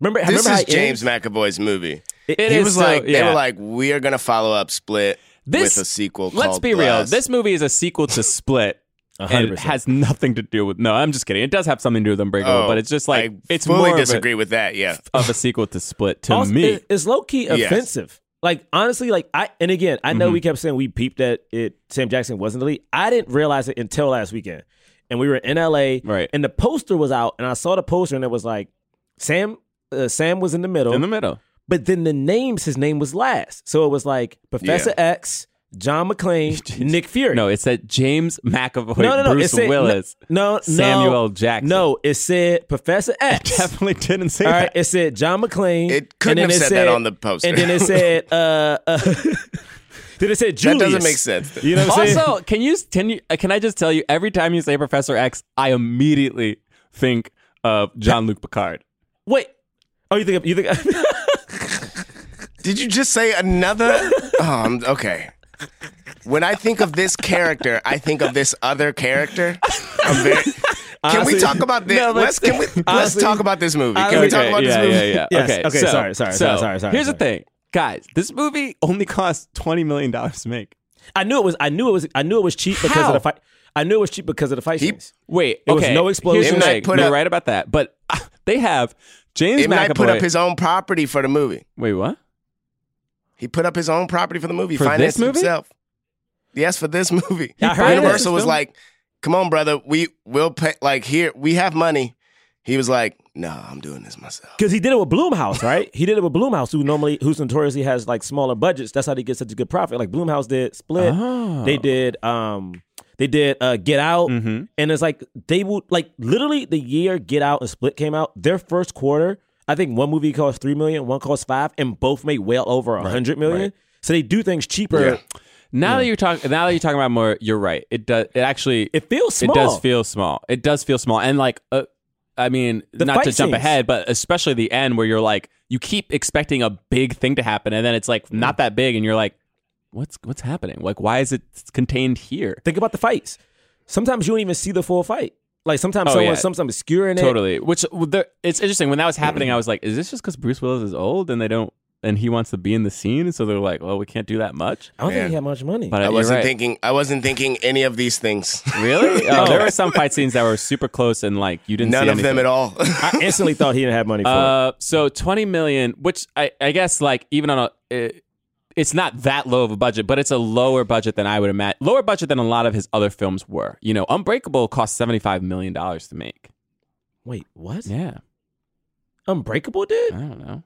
S3: Remember,
S4: This
S3: remember how
S4: is
S3: it
S4: James
S3: ends?
S4: McAvoy's movie.
S2: It
S4: he
S2: is
S4: was
S2: still-
S4: like, they
S2: yeah.
S4: were like, we are gonna follow up Split
S2: This-
S4: with a sequel.
S2: Let's
S4: called
S2: be real.
S4: Glass.
S2: This movie is a sequel to Split. And it
S3: 100%.
S2: has nothing to do with. No, I'm just kidding. It does have something to do with Unbreakable, but it's just like
S4: Oh, I
S2: it's
S4: fully
S2: more
S4: disagree
S2: of,
S4: with that. Yeah,
S2: a, of a sequel to Split to
S3: Also,
S2: me.
S3: it- it's low key
S4: Yes.
S3: offensive. Like honestly, like I and again, I know
S2: Mm-hmm.
S3: we kept saying we peeped that it Sam Jackson wasn't the lead. I didn't realize it until last weekend, and we were in L.A.
S2: Right.
S3: and the poster was out, and I saw the poster, and it was like Sam. Uh, Sam was in the middle,
S2: in the middle.
S3: But then the names, his name was last. So it was like Professor X, John McClane, Nick Fury.
S2: No, it said James McAvoy,
S3: no, no, no.
S2: Bruce
S3: it said,
S2: Willis,
S3: No, no,
S2: Samuel
S3: no,
S2: Jackson.
S3: No, it said Professor X.
S2: definitely didn't say
S3: All right,
S2: that.
S3: it said John McClane.
S4: It couldn't
S3: and then
S4: have
S3: it
S4: said that on the poster.
S3: And then it said, uh, uh then it said
S4: that
S3: Julius.
S4: doesn't make sense.
S3: You know what I'm saying?
S2: also, can you can you uh, can I just tell you every time you say Professor X, I immediately think of John Luc Picard.
S3: Wait. Oh, you think you think
S4: Did you just say another? oh, I'm- okay. When I think of this character, I think of this other character. I'm very- can
S3: Honestly-
S4: we talk about this?
S2: No, but-
S4: let's can we let's
S3: honestly-
S4: talk about this movie. Can we
S3: honestly-
S4: talk about
S2: yeah,
S4: this movie?
S2: Yeah, yeah,
S3: Yes,
S2: Okay,
S3: okay,
S2: so-
S3: sorry, sorry,
S2: so
S3: sorry, sorry, sorry,
S2: Here's the
S3: sorry.
S2: thing, guys. This movie only cost twenty million dollars to make.
S3: I knew it was I knew it was I knew it was cheap because
S2: How?
S3: of the fight. I knew it was cheap because of the fight
S4: He-
S3: scenes.
S2: Wait,
S3: There was
S2: okay.
S3: no
S2: Here's
S3: explosion.
S2: the
S4: Midnight
S2: thing.
S4: put
S2: You're
S4: up-
S2: right about that, but uh, they have James
S4: M. Night put
S2: McAvoy.
S4: up his own property for the movie.
S2: Wait, what?
S4: He put up his own property for the movie.
S2: For this
S4: financed
S2: movie?
S4: himself. Yes, for this movie.
S2: Yeah, I heard this
S4: Universal was
S2: film.
S4: like, "Come on, brother, we will pay. Like here, we have money." He was like, "No, I'm doing this myself."
S3: Because he did it with Bloomhouse, right? he did it with Bloomhouse, who normally, who's notoriously has like smaller budgets. That's how they get such a good profit. Like Bloomhouse did Split.
S2: Oh.
S3: They did, um, they did uh, Get Out,
S2: Mhm.
S3: and it's like they would like literally the year Get Out and Split came out. Their first quarter, I think one movie cost three million, one cost five, and both made well over a hundred million.
S2: right.
S3: So they do things cheaper.
S4: Yeah.
S2: Now that you're talking, now that you're talking about more, you're right. It does. It actually.
S3: It feels small.
S2: It does feel small. It does feel small. And like, uh, I mean,
S3: The
S2: not to
S3: fight
S2: jump
S3: scenes.
S2: ahead, but especially the end where you're like, you keep expecting a big thing to happen, and then it's like not that big, and you're like, what's what's happening? Like, why is it contained here?
S3: Think about the fights. Sometimes you don't even see the full fight. Like sometimes
S2: Oh,
S3: someone,
S2: yeah.
S3: sometimes obscure in it.
S2: Totally. Which well, there, it's interesting. When that was happening, I was like, is this just because Bruce Willis is old and they don't, and he wants to be in the scene, so they're like, well, we can't do that much.
S3: I don't
S4: Man.
S3: think he had much money.
S2: But
S4: I
S2: you're
S4: wasn't
S2: right.
S4: thinking. I wasn't thinking any of these things.
S2: Really? Oh, there were some fight scenes that were super close, and like you didn't.
S4: None
S2: see
S4: of them
S2: anything.
S4: at all.
S3: I instantly thought he didn't have money for it.
S2: Uh, so 20 million, which I, I guess like even on a, it, it's not that low of a budget, but it's a lower budget than I would imagine. Lower budget than a lot of his other films were. You know, Unbreakable cost 75 million dollars to make.
S3: Wait, what?
S2: Yeah,
S3: Unbreakable
S2: I
S3: did?
S2: don't know.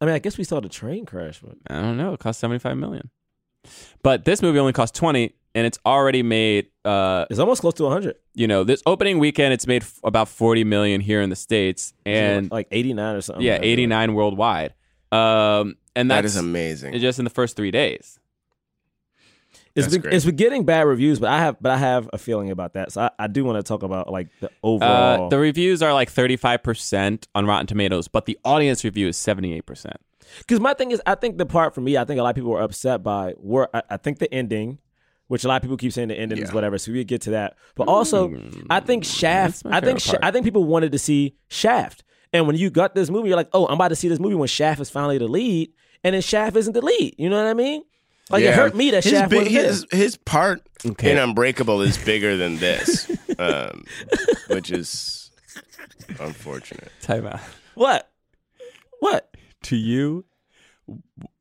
S3: I mean, I guess we saw the train crash, but
S2: I don't know. It cost 75 million. But this movie only cost 20 and it's already made uh
S3: it's almost close to 100.
S2: you know, this opening weekend it's made f- about 40 million here in the states and
S3: like 89 or something.
S2: yeah,
S3: like that.
S2: 89 worldwide. Um and
S4: that
S2: that's
S4: is amazing.
S2: just in the first 3 days.
S3: It's
S4: That's
S3: been,
S4: great.
S3: it's been getting bad reviews, but I have but I have a feeling about that. So I, I do want to talk about like the overall.
S2: Uh, the reviews are like 35% on Rotten Tomatoes, but the audience review is 78%.
S3: Because my thing is, I think the part for me, I think a lot of people were upset by were I, I think the ending, which a lot of people keep saying the ending is whatever. So we get to that, but also I think
S2: Mm. that's
S3: Shaft.
S2: my
S3: I think
S2: favorite
S3: Sha-
S2: part.
S3: I think people wanted to see Shaft, and when you got this movie, you're like, oh, I'm about to see this movie when Shaft is finally the lead, and then Shaft isn't the lead. You know what I mean? Like
S4: Yeah.
S3: it hurt me that
S4: his
S3: Shaft
S4: big-
S3: wasn't there.
S4: his, his part
S2: Okay.
S4: in Unbreakable is bigger than this, um, which is unfortunate.
S2: Time out.
S3: What? What?
S2: To you,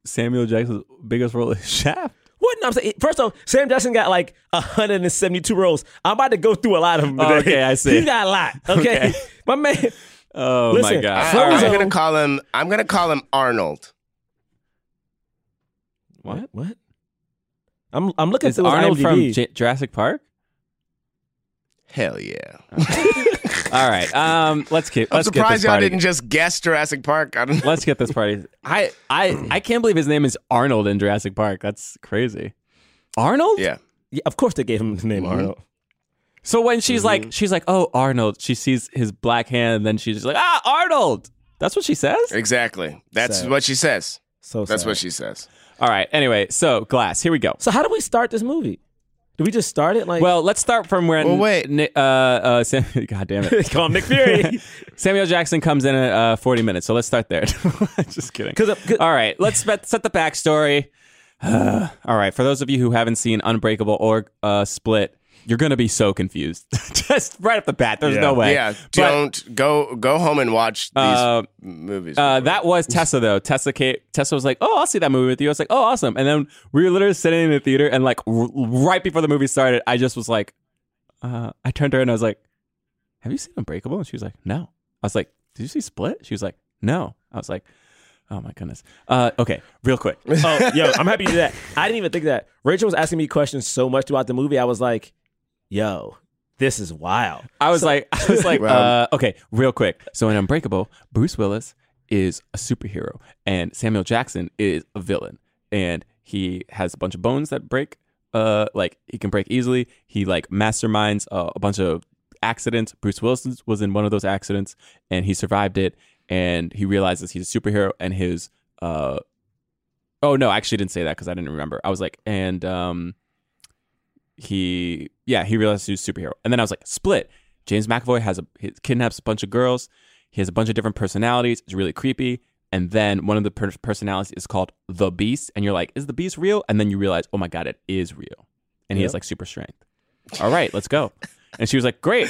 S2: Samuel Jackson's biggest role is Shaft.
S3: What? No, I'm saying. First off, Sam Jackson got like 172 roles. I'm about to go through a lot of them.
S2: Oh,
S3: Today.
S2: okay, I see.
S3: He got a lot. Okay,
S2: Okay.
S3: my man.
S2: Oh my
S3: Listen,
S2: God.
S4: I,
S3: All
S4: am
S3: right.
S4: gonna call him. I'm gonna call him Arnold.
S2: What?
S3: What? I'm I'm looking
S2: Is
S3: through his
S2: Arnold from
S3: IMDb.
S2: J- Jurassic Park?
S4: Hell yeah!
S2: All right. Um, let's get
S4: I'm
S2: let's get
S4: surprised
S2: this
S4: y'all
S2: party.
S4: didn't just guess Jurassic Park. I don't know.
S2: let's get this party. I I I can't believe his name is Arnold in Jurassic Park. That's crazy. Arnold?
S4: Yeah,
S3: yeah, of course they gave him the name Arnold.
S2: So when she's
S4: Mm-hmm.
S2: like she's like, "Oh, Arnold." She sees his black hand and then she's just like, "Ah, Arnold." That's what she says?
S4: exactly. That's
S3: Sad.
S4: what she says.
S3: So
S4: That's
S3: sad.
S4: what she says.
S2: All right. Anyway, so Glass, here we go.
S3: So how do we start this movie? Do we just start it like?
S2: Well, let's start from when.
S4: Well, wait.
S2: Ni- uh, uh, Sam- God damn it.
S3: call him Nick Fury.
S2: Samuel Jackson comes in at uh, 40 minutes, so let's start there. Just kidding.
S3: 'Cause, uh, 'cause-
S2: All right, let's set, set the backstory. All right, for those of you who haven't seen Unbreakable or uh, Split, you're going to be so confused. Just right off the bat, there's no way.
S4: Yeah,
S2: But-
S4: don't go go home and watch these
S2: Uh,
S4: movies.
S2: uh, that was Tessa though. Tessa came, Tessa was like, "Oh, I'll see that movie with you." I was like, "Oh, awesome!" And then we were literally sitting in the theater, and like r- right before the movie started, I just was like, uh, I turned to her and I was like, "Have you seen Unbreakable?" And she was like, "No." I was like, "Did you see Split?" She was like, "No." I was like, "Oh my goodness." Uh, okay, real quick.
S3: oh, yo, I'm happy you did that. I didn't even think that. Rachel was asking me questions so much throughout the movie. I was like, yo, this is wild.
S2: I was like, I was like,
S4: Wow.
S2: uh, okay, real quick. So in Unbreakable, Bruce Willis is a superhero, and Samuel Jackson is a villain, and he has a bunch of bones that break. Uh, like he can break easily. He like masterminds uh, a bunch of accidents. Bruce Willis was in one of those accidents, and he survived it. And he realizes he's a superhero, and his uh, oh no, I actually didn't say that because I didn't remember. I was like, and um, he yeah he realized he was a superhero and then i was like split james mcavoy has a he kidnaps a bunch of girls he has a bunch of different personalities it's really creepy and then one of the per- personalities is called the beast and you're like is the beast real and then you realize oh my god it is real and he has like super strength all right let's go and she was like great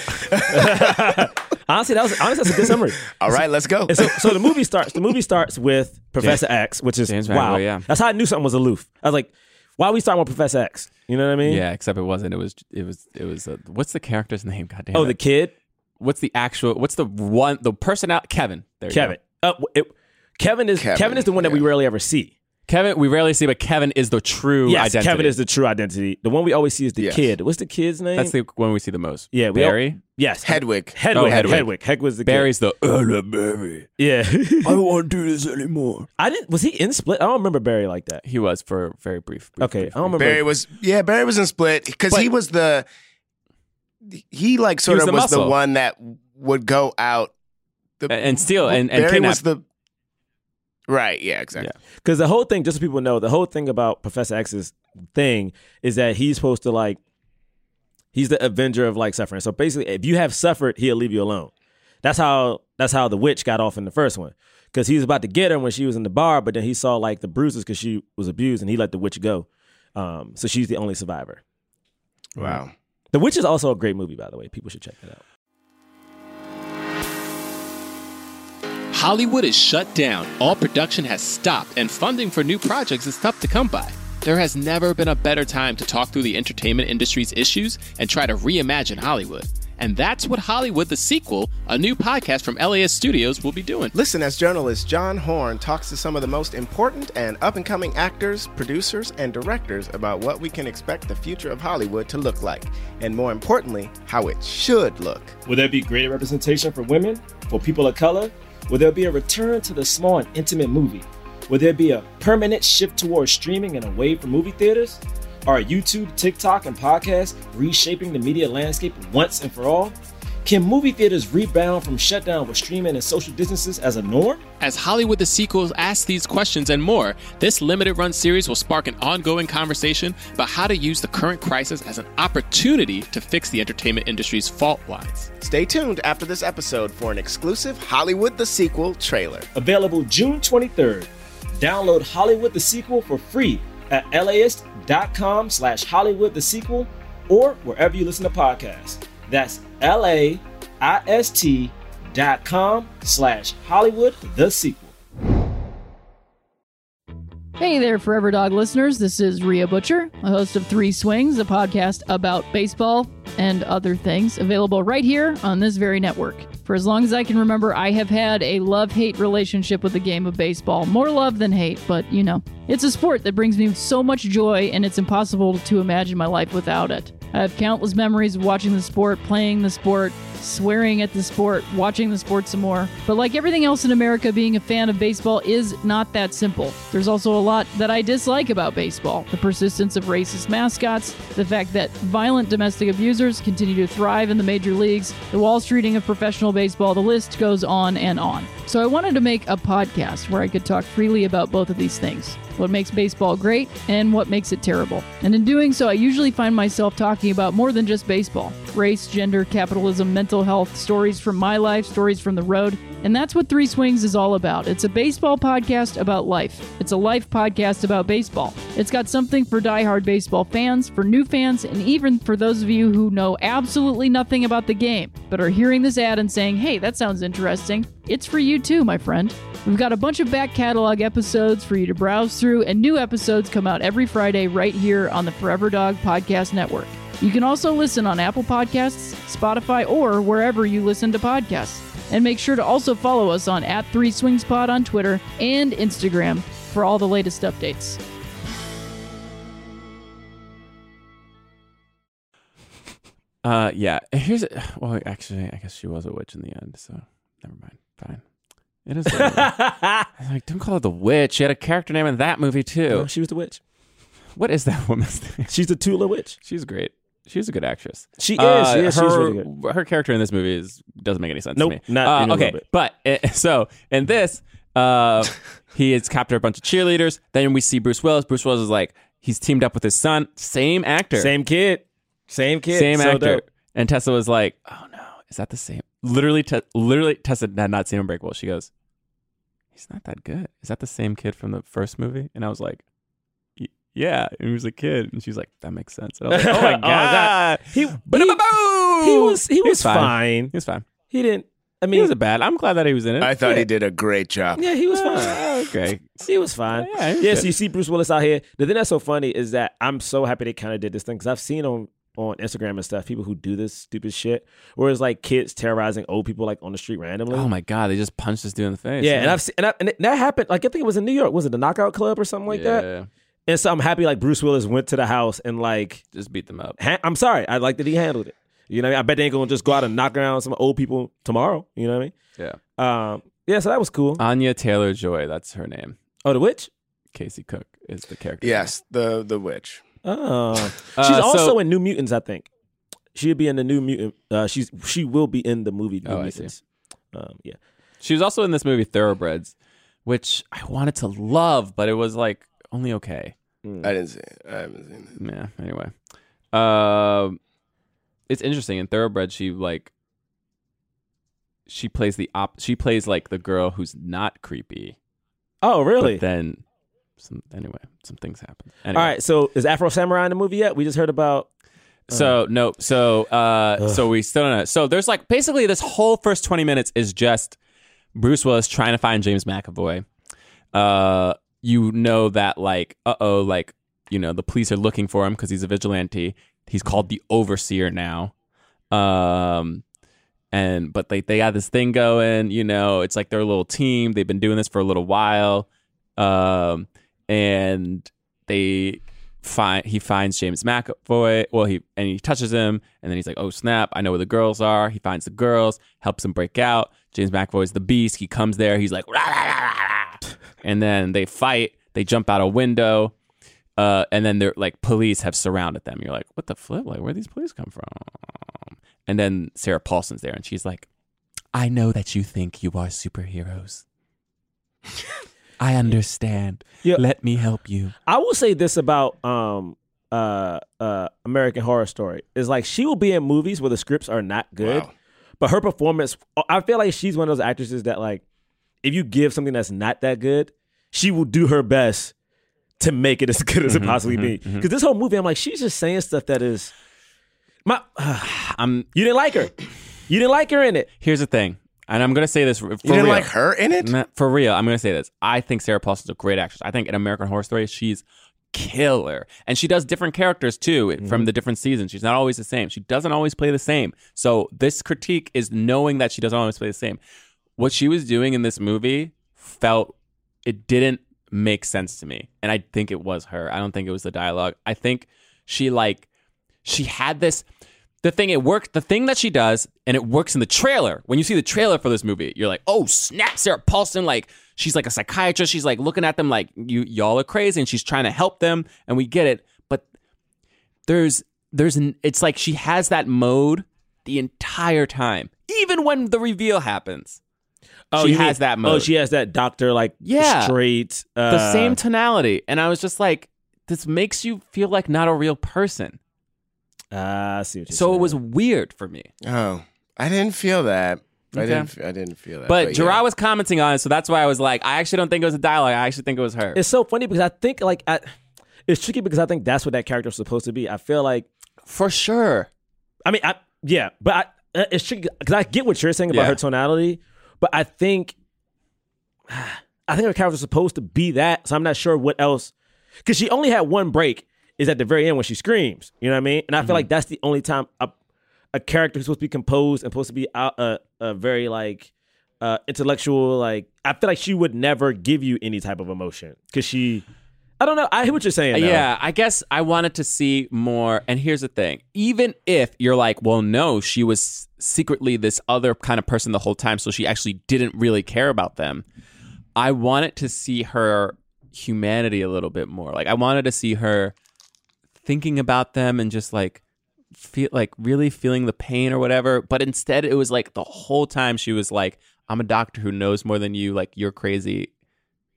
S3: Honestly, that was honestly that's a good summary.
S4: All right, let's go.
S3: And so, so the movie starts. The movie starts with Professor X, which is
S2: James
S3: wow.
S2: McAvoy, yeah.
S3: That's how I knew something was aloof. I was like, why we starting with Professor X? You know what I mean?
S2: Yeah, except it wasn't. It was. It was. It was. Uh, what's the character's name? God damn.
S3: Oh,
S2: it.
S3: the kid,
S2: what's the actual? What's the one? The person out? Kevin. There you
S3: Kevin.
S2: go.
S3: Uh, it, Kevin is Kevin,
S4: Kevin,
S3: is the one that we
S4: yeah.
S3: rarely ever see.
S2: Kevin. We rarely see, but Kevin is the true
S3: Yes,
S2: identity.
S3: Kevin is the true identity. The one we always see is the
S4: Yes.
S3: kid. What's the kid's name?
S2: That's the one we see the most.
S3: yeah, we all-
S2: Barry.
S3: yes,
S4: Hedwig.
S3: Hedwig.
S2: Oh, Hedwig.
S3: Hedwig. Hedwig was the kid.
S2: Barry's the. "Oh,
S3: Yeah,
S2: don't want to do this anymore.
S3: I didn't. Was he in Split? I don't remember Barry like that.
S2: He was for a very brief. brief
S3: Okay, I
S2: brief,
S3: don't remember.
S4: Barry was yeah, Barry was in Split because he
S2: But-
S4: was the he like sort
S2: was
S4: of
S2: the
S4: was the
S2: muscle.
S4: one that would go out the,
S2: And- and steal and- and
S4: Barry was
S2: kidnap.
S4: the right yeah exactly
S3: Because the whole thing, just so people know, the whole thing about Professor X's thing is that he's supposed to like, he's the avenger of like suffering. So basically, if you have suffered, he'll leave you alone. That's how that's how the witch got off in the first one, because he was about to get her when she was in the bar, but then he saw like the bruises because she was abused, and he let the witch go. Um, so she's the only survivor.
S4: wow
S3: The Witch is also a great movie, by the way. People should check it out.
S8: Hollywood is shut down. All production has stopped, and funding for new projects is tough to come by. There has never been a better time to talk through the entertainment industry's issues and try to reimagine Hollywood. And that's what Hollywood the Sequel, a new podcast from LAS Studios, will be doing.
S9: Listen as journalist John Horn talks to some of the most important and up and coming actors, producers, and directors about what we can expect the future of Hollywood to look like, and more importantly, how it should look.
S10: Will there be greater representation for women, for people of color? Will there be a return to the small and intimate movie? Will there be a permanent shift towards streaming and away from movie theaters? Are YouTube, TikTok, and podcasts reshaping the media landscape once and for all? Can movie theaters rebound from shutdown with streaming and social distances as a norm?
S8: As Hollywood the Sequel asks these questions and more, this limited run series will spark an ongoing conversation about how to use the current crisis as an opportunity to fix the entertainment industry's fault lines.
S9: Stay tuned after this episode for an exclusive Hollywood the Sequel trailer.
S10: Available June 23rd. Download Hollywood the Sequel for free at laist.com slash Hollywood the Sequel or wherever you listen to podcasts. That's L-A-I-S-T dot com slash Hollywood the Sequel.
S11: Hey there, Forever Dog listeners. This is Rhea Butcher, a host of Three Swings, a podcast about baseball and other things, available right here on this very network. For as long as I can remember, I have had a love hate relationship with the game of baseball. More love than hate, but you know, it's a sport that brings me so much joy, and it's impossible to imagine my life without it. I have countless memories of watching the sport, playing the sport, swearing at the sport, watching the sport some more. But like everything else in America, being a fan of baseball is not that simple. There's also a lot that I dislike about baseball the persistence of racist mascots, the fact that violent domestic abusers continue to thrive in the major leagues, the Wall Streeting of professional baseball, the list goes on and on. So I wanted to make a podcast where I could talk freely about both of these things what makes baseball great and what makes it terrible. And in doing so, I usually find myself talking about more than just baseball race, gender, capitalism, mental health, stories from my life, stories from the road. And that's what Three Swings is all about. It's a baseball podcast about life, it's a life podcast about baseball. It's got something for diehard baseball fans, for new fans, and even for those of you who know absolutely nothing about the game but are hearing this ad and saying, hey, that sounds interesting. It's for you too, my friend. We've got a bunch of back catalog episodes for you to browse through, and new episodes come out every Friday right here on the Forever Dog Podcast Network. You can also listen on Apple Podcasts, Spotify, or wherever you listen to podcasts. And make sure to also follow us on at 3 Swings Pod on Twitter and Instagram for all the latest updates.
S2: Uh, yeah. Here's a, well, actually, I guess she was a witch in the end, so never mind. Fine. It is. what it is. I'm like, don't call her the witch. She had a character name in that movie
S3: No,
S2: too.
S3: Oh, she was the witch.
S2: What is that woman's name?
S3: She's the Tula witch.
S2: She's great. She's a good actress.
S3: She is.
S2: Uh,
S3: yeah, she's
S2: her,
S3: really good.
S2: her character in this movie is doesn't make any sense
S3: Nope,
S2: to me.
S3: not
S2: Uh,
S3: even a
S2: okay,
S3: little bit.
S2: but uh, so in this, uh, he has captured a bunch of cheerleaders. Then we see Bruce Willis. Bruce Willis is like he's teamed up with his son, same actor,
S3: Same kid. Same kid.
S2: same
S3: So
S2: actor.
S3: dope.
S2: And Tessa was like, "Oh no, is that the same?" Literally, te- literally, Tessa had not seen Unbreakable. She goes, "He's not that good. Is that the same kid from the first movie?" And I was like, "Y- "Yeah." And he was a kid, and she's like, "That makes sense." And I was like, "Oh my
S3: Oh, that-
S2: god!"
S3: He,
S2: But
S3: he, he was he was fine.
S2: He was fine.
S3: He didn't I mean,
S2: he wasn't bad. I'm glad that he was in it.
S4: I thought he did a great job.
S3: Yeah, he was
S2: Uh,
S3: fine.
S2: okay.
S3: He was fine.
S2: Yeah, he
S3: Yeah,
S2: was
S3: so
S2: good.
S3: you see Bruce Willis out here. The thing that's so funny is that I'm so happy they kind of did this thing because I've seen on on Instagram and stuff people who do this stupid shit, where it's like kids terrorizing old people like on the street randomly.
S2: Oh my god, they just punched this dude in the face.
S3: yeah, and I've seen and, I, and it- that happened. Like I think it was in New York. Was it the Knockout Club or something like
S2: Yeah.
S3: that? And so I'm happy like Bruce Willis went to the house and like
S2: just beat them up.
S3: ha- I'm sorry. I like that he handled it. You know, what I, mean? I bet they ain't gonna just go out and knock around some old people tomorrow. You know what
S2: Yeah. Uh,
S3: I mean? Um, yeah. So that was cool.
S2: Anya Taylor Joy, that's her name.
S3: Oh, the witch.
S2: Casey Cook is the character.
S4: Yes, the the witch.
S3: Oh, she's
S2: Uh, so-
S3: also in New Mutants, I think. She'll be in the New Mutant. Uh, she's she will be in the movie New
S2: Oh, I see.
S3: Mutants. Um, yeah,
S2: She was also in this movie Thoroughbreds, which I wanted to love, but it was like only okay.
S4: I didn't see. It. I haven't seen it.
S2: Yeah. Anyway, Um it's interesting. In Thoroughbred, she like she plays the op. She plays like the girl who's not creepy.
S3: Oh, really?
S2: But then, some anyway, some things happen. Anyway.
S3: All right. So is Afro Samurai in the movie yet? We just heard about.
S2: So nope. So uh, so we still don't know. So there's like basically this whole first 20 minutes is just Bruce Willis trying to find James McAvoy. Uh, you know that like uh oh like you know the police are looking for him because he's a vigilante. He's called the overseer now. Um, and but they they got this thing going. You know, it's like their little team. They've been doing this for a little while. Um, and they find he finds James McAvoy. Well, he and he touches him, and then he's like, "Oh snap! I know where the girls are." He finds the girls, helps him break out. James McAvoy's the beast. He comes there. He's like, "Rah, rah, rah, rah, rah." and then they fight. They jump out a window, uh, and then they're like, police have surrounded them. You're like, "What the flip? Like, where would these police come from?" And then Sarah Paulson's there, and she's like, "I know that you think you are superheroes." I understand.
S3: Yeah.
S2: Let me help you.
S3: I will say this about um uh uh American Horror Story is like she will be in movies where the scripts are not good, but her performance. I feel like she's one of those actresses that like if you give something that's not that good, she will do her best to make it as good
S2: Mm-hmm,
S3: as it possibly be. Because this whole movie, I'm like, she's just saying stuff that is my.
S2: I'm
S3: you didn't like her. You didn't like her in it.
S2: Here's the thing, and I'm gonna say this. For you
S4: didn't like her in it?
S2: for real. I'm gonna say this. I think Sarah Paulson's a great actress. I think in American Horror Story, she's killer, and she does different characters too
S4: Mm-hmm.
S2: from the different seasons. She's not always the same. She doesn't always play the same. So this critique is knowing that she doesn't always play the same. What she was doing in this movie felt it didn't make sense to me, and I think it was her. I don't think it was the dialogue. I think she like she had this the thing it worked the thing that she does and it works in the trailer when you see the trailer for this movie you're like oh snap sarah paulson like she's like a psychiatrist she's like looking at them like you y'all are crazy and she's trying to help them and we get it but there's there's n- it's like she has that mode the entire time even when the reveal happens she
S3: you mean-
S2: has that mode
S3: Oh, she has that doctor like
S2: Yeah.
S3: straight. Uh,
S2: the same tonality and i was just like this makes you feel like not a real person
S3: Ah, I see what you're
S2: so it
S3: saying.
S2: was weird for me
S4: Oh, I didn't feel that. I
S2: Okay.
S4: didn't. f- I didn't feel that.
S2: But, Gerard
S4: yeah.
S2: was commenting on it, so that's why I was like, I actually don't think it was a dialogue. I actually think it was her.
S3: It's so funny because I think like I, it's tricky because I think that's what that character was supposed to be. I feel like
S2: for sure.
S3: I mean, I yeah, but I, uh, it's tricky because I get what you're saying about
S2: Yeah.
S3: her tonality, but I think I think her character was supposed to be that. So I'm not sure what else because she only had one break is at the very end when she screams. You know what I mean? And I feel
S2: Mm-hmm.
S3: like that's the only time a, a character who's supposed to be composed and supposed to be out a, a very like uh, intellectual like I feel like she would never give you any type of emotion because she. I don't know. I hear what you're saying. though.
S2: Yeah, I guess I wanted to see more. And here's the thing even if you're like, well, no, she was secretly this other kind of person the whole time, so she actually didn't really care about them, I wanted to see her humanity a little bit more. Like, I wanted to see her thinking about them and just like, feel like really feeling the pain or whatever but instead it was like the whole time she was like i'm a doctor who knows more than you like you're crazy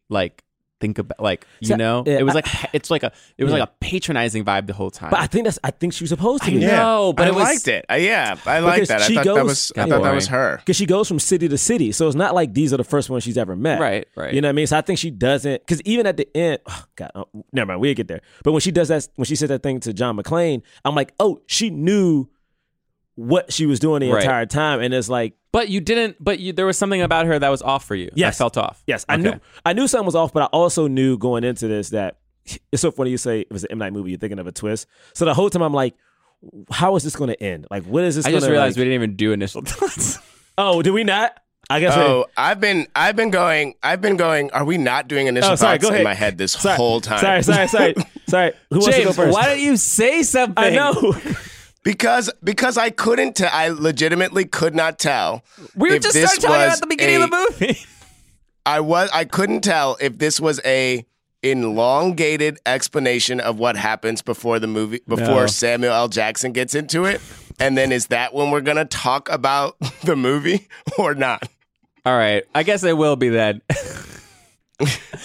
S2: like think about like you
S3: So-
S2: know
S3: yeah,
S2: it was
S3: I-
S2: like it's like a it was
S3: Yeah.
S2: like a patronizing vibe the whole time
S3: But I think that's I think she was supposed to.
S2: I
S3: be.
S2: know, but
S4: I
S2: it was
S4: liked it. I, yeah, I liked
S3: Because
S4: that. I
S3: she
S4: thought that
S3: goes-
S4: was. I thought that was her.
S3: because she goes from city to city. So it's not like these are the first ones she's ever met.
S2: Right, right.
S3: You know what I mean? So I think she doesn't because even at the end, oh, God, oh, never mind. We'll get there. But when she does that, when she said that thing to John McClane, I'm like, oh, she knew what she was doing the
S2: Right.
S3: entire time, and it's like
S2: But you didn't. But you, there was something about her that was off for you. Yeah,
S3: Yes.
S2: felt off.
S3: Yes, I knew I knew something was off, but I also knew going into this that it's so funny you say it was an M Night movie. You're thinking of a twist. So the whole time I'm like, how is this going to end? Like, what is this?
S2: I just
S3: gonna,
S2: realized
S3: like-
S2: we didn't even do initial thoughts.
S3: Oh, did we not? I guess.
S4: oh, I've been, I've been going, I've been going. Are we not doing
S3: we,
S4: initial
S3: oh sorry.
S4: thoughts
S3: Go ahead.
S4: in my head this
S3: Sorry.
S4: whole time?
S3: Sorry, sorry, sorry, sorry. Who wants to go
S2: James,
S3: first?
S2: why don't you say something?
S3: I know.
S4: Because because I couldn't tell. I legitimately could not tell.
S2: We were
S4: if
S2: just
S4: this
S2: started talking about
S4: was
S2: the beginning of
S4: a-
S2: the movie.
S4: I was I couldn't tell if this was a elongated explanation of what happens before the movie before
S2: No.
S4: Samuel L. Jackson gets into it. And then is that when we're gonna talk about the movie or not?
S2: All right, I guess it will be then.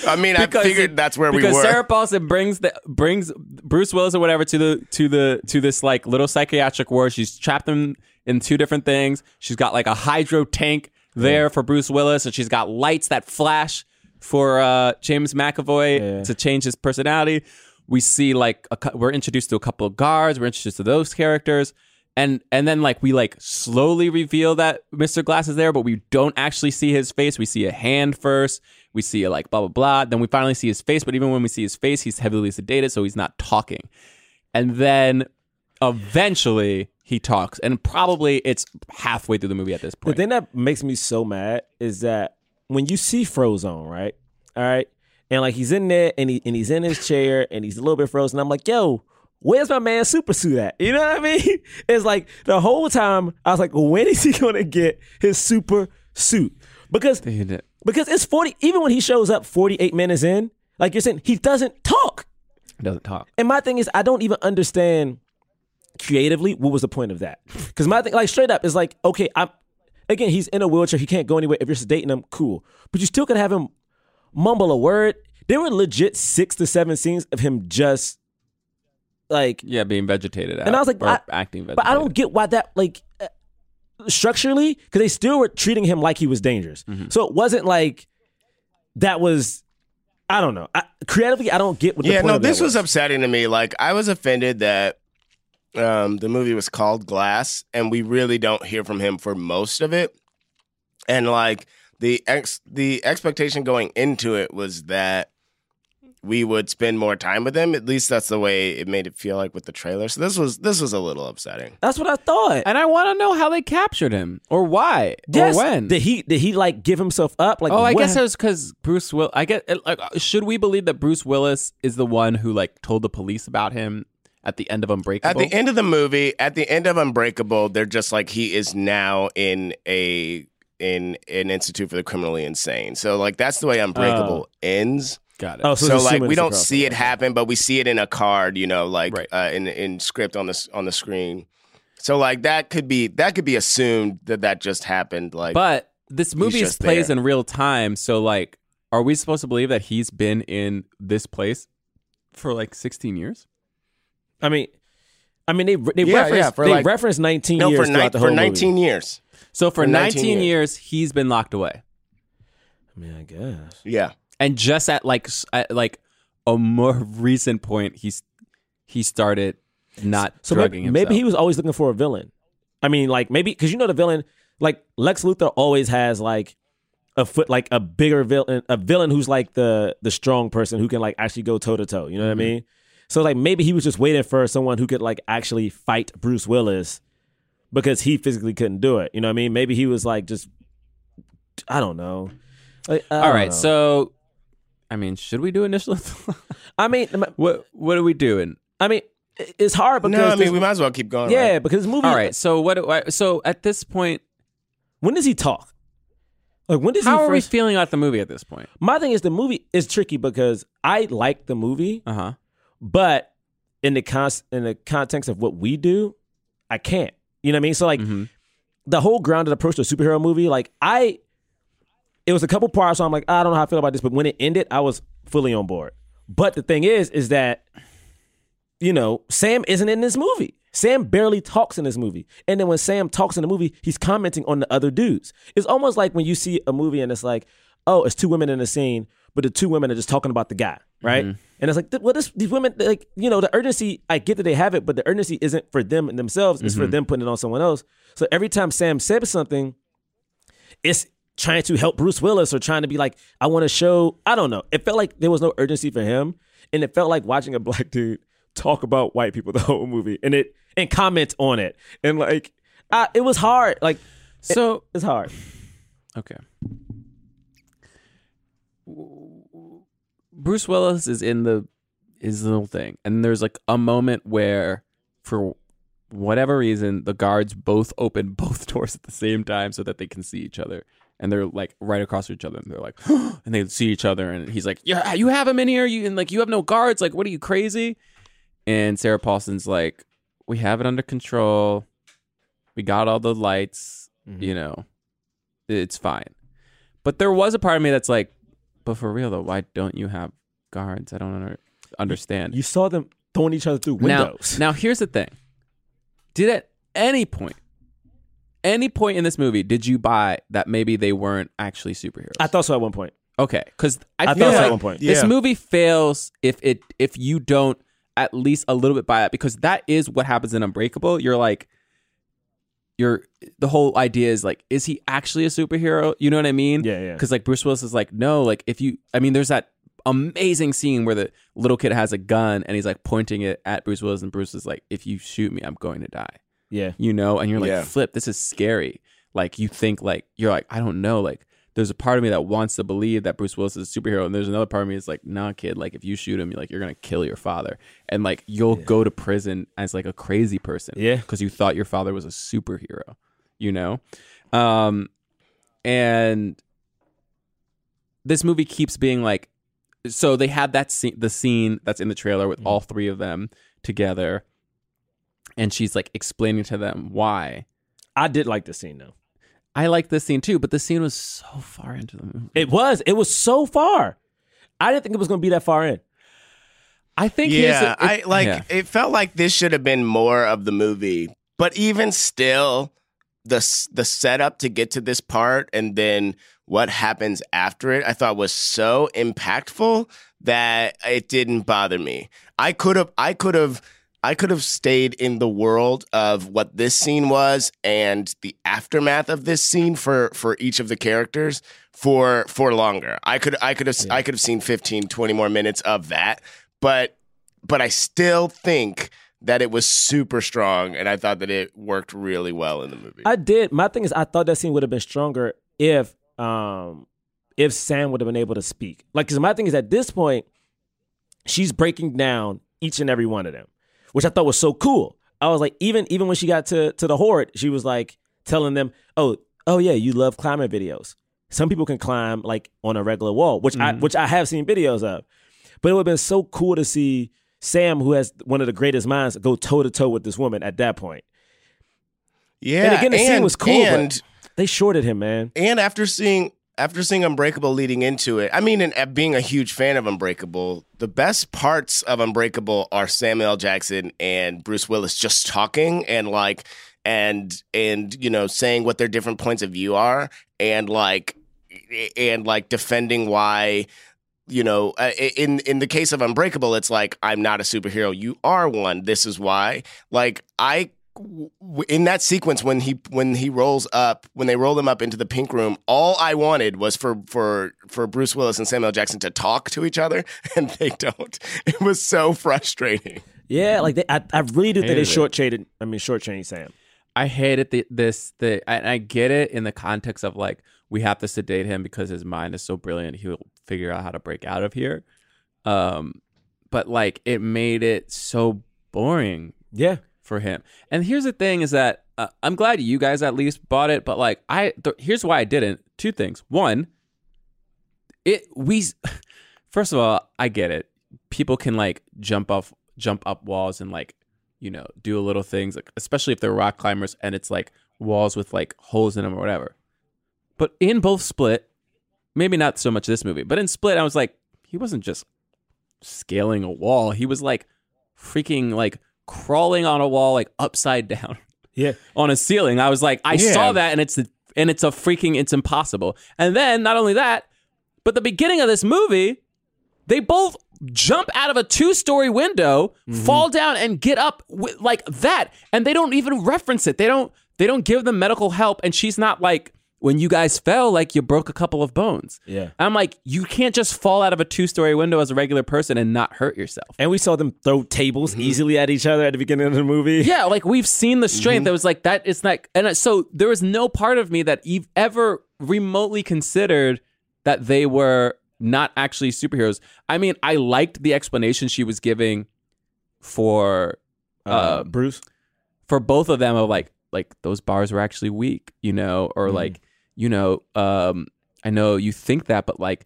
S4: I mean, I
S2: Because
S4: figured
S2: it-
S4: that's where we
S2: because
S4: were.
S2: Sarah Paulson brings the brings Bruce Willis or whatever to the to the to this like little psychiatric ward. She's trapped him in two different things. She's got like a hydro tank there for Bruce Willis, and she's got lights that flash for uh, James McAvoy to change his personality. We see like a, cou- we're introduced to a couple of guards. We're introduced to those characters. And and then like we like slowly reveal that Mr. Glass is there, but we don't actually see his face. We see a hand first. We see like blah blah blah. Then we finally see his face. But even when we see his face, he's heavily sedated, so he's not talking. And then eventually he talks, and probably it's halfway through the movie at this
S3: The
S2: point.
S3: thing that makes me so mad is that when you see Frozone, right? All right. And like he's in there and he and he's in his chair and he's a little bit frozen. I'm like, yo, where's my man super suit at? You know what I mean? It's like the whole time I was like, when is he gonna get his super suit? Because because it's 40, even when he shows up 48 minutes in, like you're saying, he doesn't talk.
S2: doesn't talk.
S3: And my thing is, I don't even understand creatively what was the point of that. Because my thing, like straight up, is like, okay, I'm again, he's in a wheelchair, he can't go anywhere. If you're sedating him, cool, but you still could have him mumble a word. There were legit six to seven scenes of him just like,
S2: yeah, being vegetated.
S3: and I was like,
S2: or
S3: I-
S2: acting. Vegetated.
S3: but I don't get why that like uh, structurally because they still were treating him like he was dangerous. So it wasn't like that was. I don't know. I, creatively, I don't get what. the
S4: yeah,
S3: point
S4: no,
S3: of that
S4: this was
S3: was
S4: upsetting to me. Like I was offended that um, the movie was called Glass, and we really don't hear from him for most of it. And like the ex the expectation going into it was that we would spend more time with him. At least that's the way it made it feel like with the trailer. So this was this was a little upsetting.
S3: That's what I thought.
S2: And I want to know how they captured him, or why,
S3: Yes.
S2: or when.
S3: Did he did he like give himself up? Like
S2: oh, I
S3: what
S2: guess
S3: hap-
S2: it was because Bruce Will. I get like, should we believe that Bruce Willis is the one who like told the police about him at the end of
S4: At
S2: Unbreakable?
S4: the end of the movie, at the end of Unbreakable, they're just like he is now in a in an institute for the criminally insane. So like that's the way Unbreakable ends.
S2: Got it.
S3: Oh, Ah. so
S4: so
S3: it's
S4: like
S3: assuming
S4: we
S3: it's a
S4: don't
S3: crossover.
S4: see it happen, but we see it in a card, you know, like
S2: Right.
S4: uh, in in script on this on the screen. So like that could be that could be assumed that that just happened. Like,
S2: but this movie is
S4: just
S2: plays
S4: there.
S2: in real time, so like, are we supposed to believe that he's been in this place for like 16 years?
S3: I mean, I mean they they
S4: Yeah,
S3: reference
S4: yeah, for
S3: they
S4: like-
S3: reference nineteen
S4: no,
S3: years
S4: for, ni-
S3: throughout the whole
S4: for nineteen
S3: Movie.
S4: years.
S2: So for,
S4: For
S2: 19,
S4: 19
S2: years.
S4: years.
S2: he's been locked away,
S3: I mean, I guess.
S4: Yeah,
S2: and just at like s- at, like a more recent point, he's he started not
S3: So
S2: drugging
S3: maybe, maybe he
S2: himself.
S3: was always looking for a villain. I mean, like maybe because you know the villain, like Lex Luthor always has like a foot, like a bigger villain, a villain who's like the the strong person who can like actually go toe to toe. You know what I
S2: Mm-hmm.
S3: mean? So like maybe he was just waiting for someone who could like actually fight Bruce Willis because he physically couldn't do it. You know what I mean? Maybe he was like just, I don't know. Like, I
S2: All
S3: don't
S2: right,
S3: know.
S2: so I mean, should we do initial? thoughts?
S3: I mean,
S2: what what are we doing?
S3: I mean, it- it's hard because
S4: no, I
S3: this-
S4: mean we might as well keep going.
S3: yeah,
S4: right?
S3: because this movie.
S2: All right, so what? do I- So at this point,
S3: when does he talk? Like when does
S2: how
S3: he
S2: are we
S3: first?
S2: feeling about the movie at this point?
S3: My thing is the movie is tricky because I like the movie,
S2: Uh huh.
S3: but in the con- in the context of what we do, I can't. You know what I mean? So like the whole grounded approach to a superhero movie, like I it was a couple parts, so I'm like, I don't know how I feel about this, but when it ended, I was fully on board. But the thing is, is that you know, Sam isn't in this movie. Sam barely talks in this movie. And then when Sam talks in the movie, he's commenting on the other dudes. It's almost like when you see a movie and it's like, oh, it's two women in a scene, but the two women are just talking about the guy, right? And it's like, th- well, this, these women, like, you know, the urgency, I get that they have it, but the urgency isn't for them and themselves, it's for
S12: Mhm.
S3: them putting it on someone else. So every time Sam said something, it's trying to help Bruce Willis or trying to be like, I want to show, I don't know. It felt like there was no urgency for him. And it felt like watching a black dude talk about white people the whole movie and it and comment on it. And like, I, it was hard. Like,
S2: so
S3: it's hard.
S2: Okay. Bruce Willis is in the is the little thing, and there's like a moment where, for whatever reason, the guards both open both doors at the same time so that they can see each other, and they're like right across from each other, and they're like, and they see each other, and he's like, "Yeah, you have him in here, you and like you have no guards, like what are you crazy?" And Sarah Paulson's like, "We have it under control. We got all the lights. You know, it's fine." But there was a part of me that's like, "But for real though, why don't you have guards? I don't under- understand."
S3: You saw them throwing each other through windows.
S2: Now, now here's the thing. Did at any point, any point in this movie, did you buy that maybe they weren't actually superheroes?
S3: I thought so at one point.
S2: Okay, because I,
S3: I
S2: feel
S3: thought so
S2: like
S3: at one point.
S2: this
S3: Yeah.
S2: movie fails if it if you don't at least a little bit buy that because that is what happens in Unbreakable. You're like, you're the whole idea is like, is he actually a superhero? You know what I mean? Yeah, yeah. Because like Bruce Willis is like, no, like if you, I mean, there's that amazing scene where the little kid has a gun and he's like pointing it at Bruce Willis, and Bruce is like, if you shoot me, I'm going to die.
S3: Yeah.
S2: you know, and you're like,
S3: Yeah.
S2: flip, this is scary. Like you think like you're like, I don't know, like. There's a part of me that wants to believe that Bruce Willis is a superhero, and there's another part of me that's like, nah, kid. Like, if you shoot him, you're like, you're gonna kill your father, and like, you'll go to prison as like a crazy person, yeah, because you thought your father was a superhero, you know. Um, and this movie keeps being like so they had that scene the scene that's in the trailer with all three of them together and she's like explaining to them why
S3: i did like this scene though
S2: i liked this scene too but the scene was so far into the movie
S3: It was. It was so far. I didn't think it was going to be that far in.
S2: I think
S4: yeah, I like it felt like this should have been more of the movie, but even still, the s- the setup to get to this part and then what happens after it, I thought was so impactful that it didn't bother me. I could have, I could have. I could have stayed in the world of what this scene was and the aftermath of this scene for for each of the characters for for longer. I could I could have I could have seen 15 20 more minutes of that, but but I still think that it was super strong and I thought that it worked really well in the movie.
S3: I did. My thing is, I thought that scene would have been stronger if, um, if Sam would have been able to speak. Like, because my thing is, at this point, she's breaking down each and every one of them, which I thought was so cool. I was like, even even when she got to to the horde, she was like telling them, "Oh, oh yeah, you love climbing videos. Some people can climb like on a regular wall, which I
S12: Mhm.
S3: which I have seen videos of. But it would have been so cool to see Sam, who has one of the greatest minds, go toe to toe with this woman at that point.
S4: Yeah,
S3: and again, the scene
S4: and-
S3: was cool,
S4: and-
S3: but they shorted him, man.
S4: And after seeing after seeing Unbreakable leading into it, I mean, and uh, being a huge fan of Unbreakable, the best parts of Unbreakable are Samuel L. Jackson and Bruce Willis just talking and like and and you know saying what their different points of view are and like and like defending why you know uh, in in the case of unbreakable it's like i'm not a superhero you are one this is why like i w- in that sequence when he when he rolls up when they roll him up into the pink room all i wanted was for for for bruce willis and samuel L. jackson to talk to each other and they don't it was so frustrating
S3: Yeah, like they, I, I really do think they
S2: Hated it.
S3: shortchanged. I mean, shortchanged Sam.
S2: I hated the, this the and I get it in the context of like we have to sedate him because his mind is so brilliant he'll figure out how to break out of here. Um but like it made it so boring.
S3: Yeah.
S2: For him. And here's the thing is that uh, I'm glad you guys at least bought it but like I th- here's why I didn't. Two things. One, it we first of all i get it people can like jump off jump up walls and like you know do a little things like especially if they're rock climbers and it's like walls with like holes in them or whatever but in both split maybe not so much this movie but in split i was like he wasn't just scaling a wall he was like freaking like crawling on a wall like upside down
S3: yeah
S2: on a ceiling i was like i
S12: Yeah.
S2: saw that and it's and it's a freaking it's impossible and then not only that But the beginning of this movie, they both jump out of a two-story window, fall down, and get up wi- like that, and they don't even reference it. They don't. They don't give them medical help, and she's not like, "When you guys fell, like you broke a couple of bones."
S3: Yeah.
S2: I'm like, you can't just fall out of a two-story window as a regular person and not hurt yourself.
S3: And we saw them throw tables easily at each other at the beginning of the movie.
S2: Yeah, like we've seen the strength. It was like that. It's not, and I- so there was no part of me that eve ever remotely considered that they were not actually superheroes. I mean, I liked the explanation she was giving for uh,
S3: Uh, Bruce.
S2: for both of them of like like those bars were actually weak, you know,
S4: Mm-hmm.
S2: or like you know, um, I know you think that, but like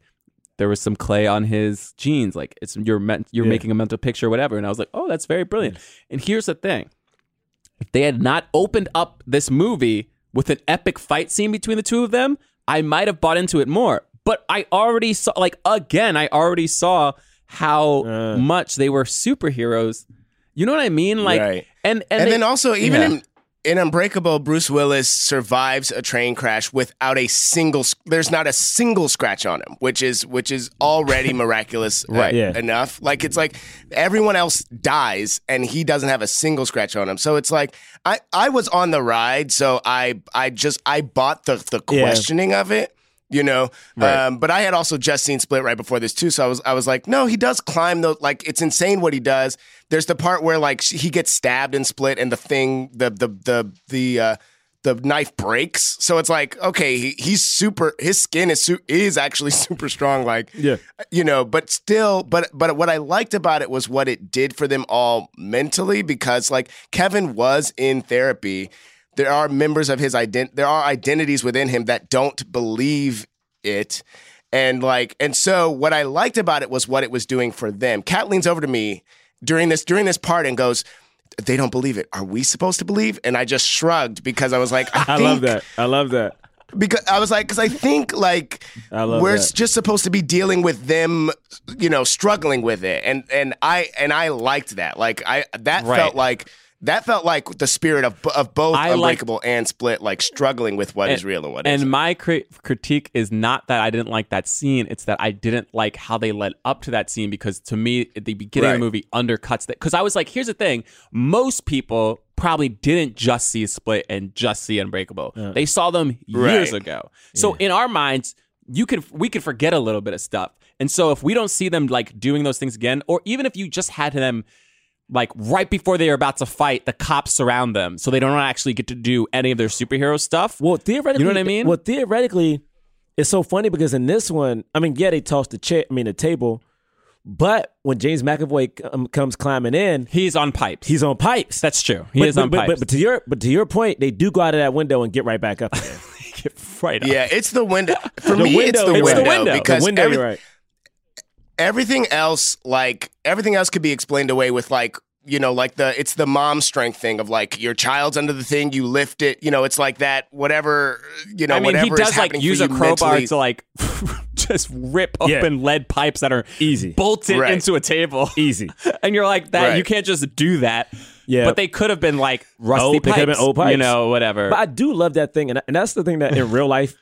S2: there was some clay on his jeans, like it's you're meant you're
S3: Yeah.
S2: making a mental picture, or whatever. And I was like, oh, that's very brilliant.
S4: Mm-hmm.
S2: And here's the thing: if they had not opened up this movie with an epic fight scene between the two of them, I might have bought into it more. But I already saw, like again, I already saw how
S4: Uh.
S2: much they were superheroes. You know what I mean? Like,
S4: Right.
S2: and and,
S4: And,
S2: they-
S4: then also, even
S2: Yeah.
S4: in, in Unbreakable, Bruce Willis survives a train crash without a single. sc- There's not a single scratch on him, which is which is already miraculous, uh,
S2: Right.
S3: Yeah.
S4: Enough. Like it's like everyone else dies, and he doesn't have a single scratch on him. So it's like I I was on the ride, so I I just I bought the the
S3: Yeah.
S4: questioning of it. You know, um, but I had also just seen Split right before this too, so I was I was like, no, he does climb those. Like it's insane what he does. There's the part where like sh- he gets stabbed in Split, and the thing, the the the the uh, the knife breaks. So it's like, okay, he, he's super. His skin is su- is actually super strong. Like,
S3: Yeah.
S4: you know, but still, but but what I liked about it was what it did for them all mentally because like Kevin was in therapy. There are members of his ident there are identities within him that don't believe it. And like and so what I liked about it was what it was doing for them. Kat leans over to me during this during this part and goes, They don't believe it. Are we supposed to believe? And I just shrugged because I was like, I,
S3: I love
S4: think-
S3: that. I love that.
S4: because I was like, because I think like
S3: I love
S4: we're
S3: that.
S4: just supposed to be dealing with them, you know, struggling with it, and and I and I liked that. Like I that
S2: Right.
S4: felt like that felt like the spirit of of both
S2: I like-
S4: Unbreakable and Split, like struggling with what is real and what
S2: and
S4: isn't.
S2: my cri- critique is not that I didn't like that scene; it's that I didn't like how they led up to that scene because to me, at the beginning of the
S4: Right.
S2: movie undercuts that. Because I was like, here's the thing: most people probably didn't just see Split and just see Unbreakable; they saw them years
S4: Right.
S2: ago. So in our minds, you could we could forget a little bit of stuff, and so if we don't see them like doing those things again, or even if you just had them like right before they are about to fight, the cops surround them, so they don't actually get to do any of their superhero stuff.
S3: Well, theoretically,
S2: I mean?
S3: Well, theoretically, it's so funny because in this one, I mean, yeah, they tossed the chair, I mean, the table, but when James McAvoy um, comes climbing in,
S2: He's on pipes.
S3: he's on pipes.
S2: That's true. He
S3: but,
S2: is
S3: but,
S2: on
S3: but,
S2: pipes.
S3: But, but to your but to your point, they do go out of that window and get right back up. Again.
S2: right up.
S4: yeah, it's the window. For
S3: The
S4: me, it's
S3: window,
S4: the
S3: you're
S4: window,
S3: right.
S4: because
S3: the window,
S4: every-
S3: you're right.
S4: everything else like everything else could be explained away with like you know like the it's the mom strength thing of like your child's under the thing you lift it you know it's like that whatever you know
S2: I mean,
S4: whatever
S2: he
S4: is
S2: does like
S4: happening for
S2: use
S4: you
S2: a crowbar
S4: mentally.
S2: to like just rip
S3: Yeah.
S2: open lead pipes that are
S3: Easy.
S2: bolted
S4: Right.
S2: into a table,
S3: Easy.
S2: and you're like that. You
S4: Right.
S2: can't just do that.
S3: Yeah.
S2: but they could have been like rusty
S3: Old- they
S2: pipes,
S3: could have been old
S2: you
S3: pipes.
S2: know, whatever.
S3: But I do love that thing, and, and that's the thing that in real life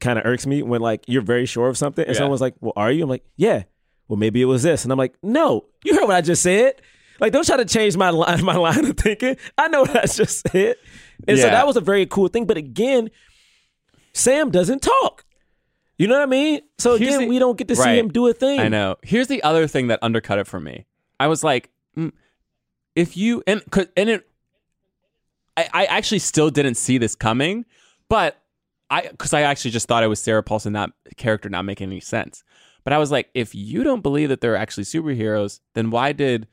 S3: kind of irks me when like you're very sure of something, and
S2: Yeah.
S3: someone's like, "Well, are you?" I'm like, "Yeah." Well, maybe it was this, and I'm like, "No, you heard what I just said." Like, don't try to change my line, my line of thinking. I know what I just said, and so
S2: Yeah.
S3: that was a very cool thing. But again, Sam doesn't talk. You know what I mean? So
S2: Here's
S3: again,
S2: the-
S3: we don't get to
S2: Right.
S3: see him do a thing.
S2: I know. Here's the other thing that undercut it for me. I was like, mm, if you and 'cause- and it, I, I actually still didn't see this coming, but I because I actually just thought it was Sarah Paulson not character not making any sense. But I was like, if you don't believe that they're actually superheroes, then why did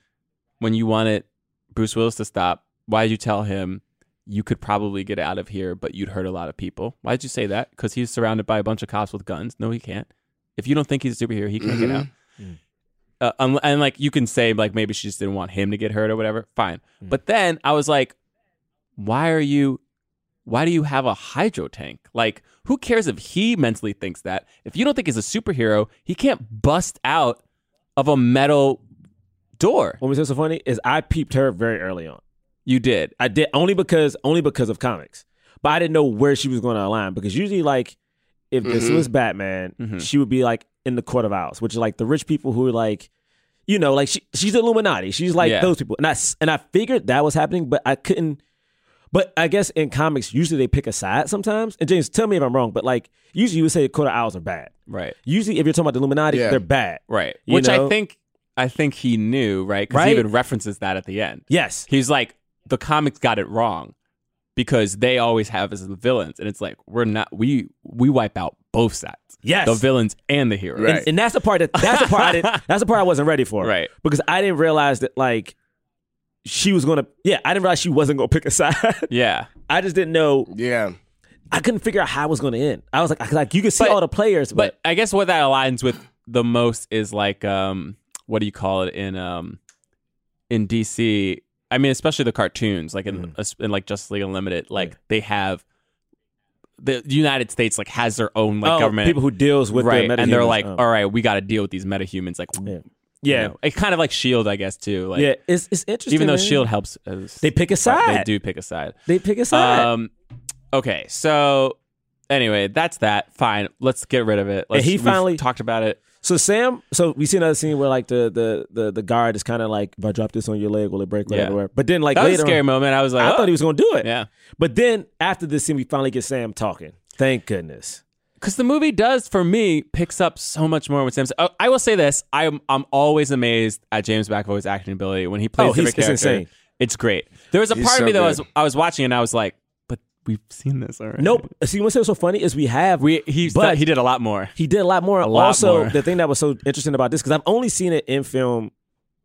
S2: when you wanted Bruce Willis to stop, why did you tell him you could probably get out of here, but you'd hurt a lot of people? Why did you say that? Because he's surrounded by a bunch of cops with guns. No, he can't. If you don't think he's a superhero, he can't get out. Uh, un- and like you can say like maybe she just didn't want him to get hurt or whatever. Fine. But then I was like, why are you? Why do you have a hydro tank? Like, who cares if he mentally thinks that? If you don't think he's a superhero, he can't bust out of a metal door.
S3: What was so funny is I peeped her very early on.
S2: You did.
S3: I did only because only because of comics, but I didn't know where she was going to align because usually like if this was Batman, she would be like in the court of owls, which is like the rich people who are like, you know, like she, she's Illuminati. She's like
S12: Yeah.
S3: those people. And I s- and I figured that was happening, but I couldn't. But I guess in comics, usually they pick a side sometimes. And James, tell me if I'm wrong, but like usually you would say the court of owls are bad.
S2: Right.
S3: Usually, if you're talking about the Illuminati,
S2: Yeah.
S3: they're bad.
S2: Right.
S3: You
S2: Which
S3: know?
S2: I think I think he knew, right? Because
S3: Right?
S2: he even references that at the end.
S3: Yes.
S2: He's like, the comics got it wrong because they always have us as the villains. And it's like, we're not we we wipe out both sides.
S3: Yes.
S2: The villains and the heroes.
S3: And, and that's the part that that's the part I didn't, that's the part I wasn't ready for. Right. Because I didn't realize that like she was gonna yeah I didn't realize she wasn't gonna pick a side.
S2: yeah.
S3: I just didn't know.
S4: Yeah.
S3: I couldn't figure out how it was gonna end. I was like, 'cause, like you could see all the players, but,
S2: I guess what that aligns with the most is like um what do you call it in um in DC I mean especially the cartoons like in,
S3: Mm-hmm.
S2: in like Justice League Unlimited like they have the United States like has their own like
S3: Oh,
S2: government
S3: people who deals with the
S2: right and they're
S3: metahumans,
S2: like
S3: oh.
S2: all right we got to deal with these metahumans like yeah,
S3: Yeah.
S2: it's kind of like Shield I guess too like
S3: yeah, it's it's interesting.
S2: even though
S3: man.
S2: Shield E helps us,
S3: They pick a
S2: they
S3: side.
S2: do pick a side
S3: They pick a side.
S2: um, okay, so anyway, that's that. Fine, let's get rid of it.
S3: And
S2: Let's,
S3: he
S2: we've
S3: finally-
S2: talked about it.
S3: So Sam, so we see another scene where like the the the, the guard is kind of like, if I drop this on your leg, will it break? Whatever.
S2: Yeah.
S3: whatever. But then like
S2: That was a
S3: later,
S2: scary
S3: on-
S2: moment. I was like,
S3: I
S2: oh.
S3: thought he was gonna do it.
S2: Yeah.
S3: But then after this scene, we finally get Sam talking. Thank goodness.
S2: Because the movie does, for me, picks up so much more with Sam. Oh, I will say this: I'm I'm always amazed at James McAvoy's acting ability when he plays
S3: Oh, he's-
S2: different
S3: it's
S2: characters.
S3: insane.
S2: It's great. There was a
S3: He's
S2: part
S3: so
S2: of me that was
S3: good.
S2: I was watching and I was like, but we've seen this already.
S3: Nope. See, what's so funny is we have
S2: we he
S3: but
S2: he did a lot more.
S3: He did a lot more.
S2: A lot
S3: also,
S2: more.
S3: the thing that was so interesting about this because I've only seen it in film,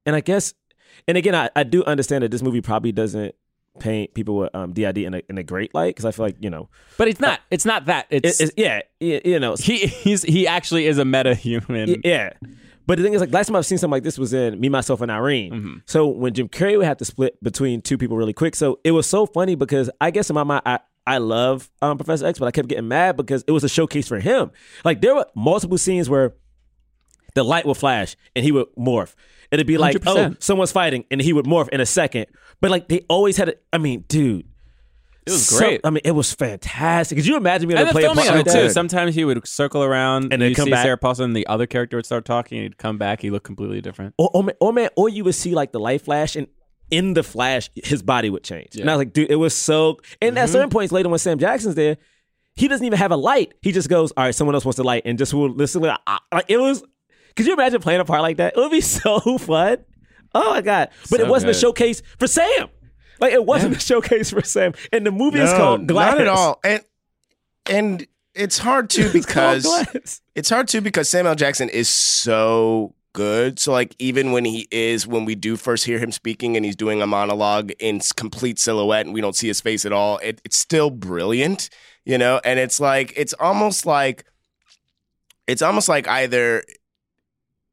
S3: and I guess, and again, I, I do understand that this movie probably doesn't paint people with um, DID in a, in a great light because I feel like you know,
S2: But it's not. It's not that. It's,
S3: it's- yeah, yeah. You know,
S2: he he's he actually is a meta human.
S3: Y- Yeah. But the thing is, like last time I've seen something like this was in Me, Myself, and Irene.
S2: Mm-hmm.
S3: So when Jim Carrey would have to split between two people really quick, so it was so funny because I guess in my mind I I love um, Professor X, but I kept getting mad because it was a showcase for him. Like there were multiple scenes where the light would flash and he would morph. It'd be like, oh,
S2: 100%.
S3: someone's fighting, and he would morph in a second. But like they always had, a, I mean, dude,
S2: It was
S3: so-
S2: great.
S3: I mean, it was fantastic. Could you imagine being
S2: And
S3: able
S2: the
S3: to play a
S2: filming
S3: part
S2: of
S3: like
S2: it too.
S3: that?
S2: Sometimes he would circle around and
S3: then
S2: then you
S3: come
S2: see
S3: back.
S2: Sarah Paulson, the other character would start talking, and he'd come back, he looked completely different.
S3: or, or, man, or man, or you would see like the light flash, and in the flash, his body would change. And I was like, dude, it was so. And at
S4: Mm-hmm.
S2: Mhm.
S3: certain points later, when Sam Jackson's there, he doesn't even have a light. He just goes, "All right, someone else wants the light," and just will listen. Like, ah, like it was. Could you imagine playing a part like that? It would be so fun. Oh my god! But
S2: So
S3: it wasn't a
S2: good.
S3: showcase for Sam. Like it wasn't a showcase for Sam. And the movie is called Glass.
S4: Not at all. And and it's hard too because
S3: it's,
S4: hard too because Samuel Jackson is so good. So like even when he is when we do first hear him speaking and he's doing a monologue in s- complete silhouette and we don't see his face at all, it, it's still brilliant, you know? And it's like it's almost like it's almost like either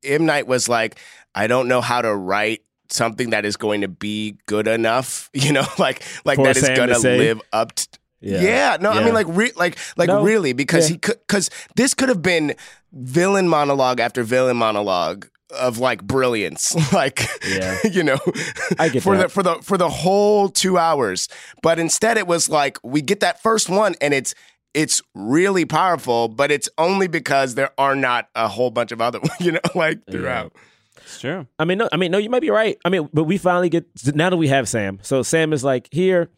S4: M Night was like, I don't know how to write something that is going to be good enough, you know, like like
S9: For
S4: that is
S9: Sam to
S4: going to
S9: say.
S4: live up to
S9: Yeah.
S4: yeah. no, I
S9: Yeah.
S4: mean like re- like like
S9: No.
S4: really because
S9: Yeah.
S4: he could cuz this could have been villain monologue after villain monologue of like brilliance. Like
S3: Yeah.
S4: you know
S3: I get
S4: for
S3: that.
S4: the for the for the whole 2 hours. But instead it was like we get that first one and it's it's really powerful, but it's only because there are not a whole bunch of other ones, you know, like throughout.
S2: It's true.
S3: I mean, no, I mean, no, you might be right. I mean, but we finally get now that we have Sam. So Sam is like here.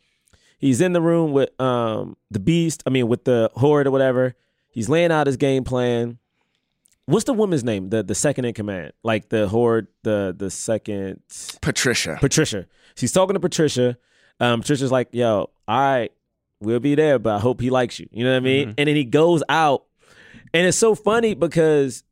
S3: He's in the room with um the beast. I mean, with the horde or whatever. He's laying out his game plan. What's the woman's name? The the second in command, like the horde, the the second
S4: Patricia.
S3: Patricia. She's talking to Patricia. Um, Patricia's like, "Yo, all right, we'll be there, but I hope he likes you." You know what I mean?
S2: Mm-hmm.
S3: And then he goes out, and it's so funny because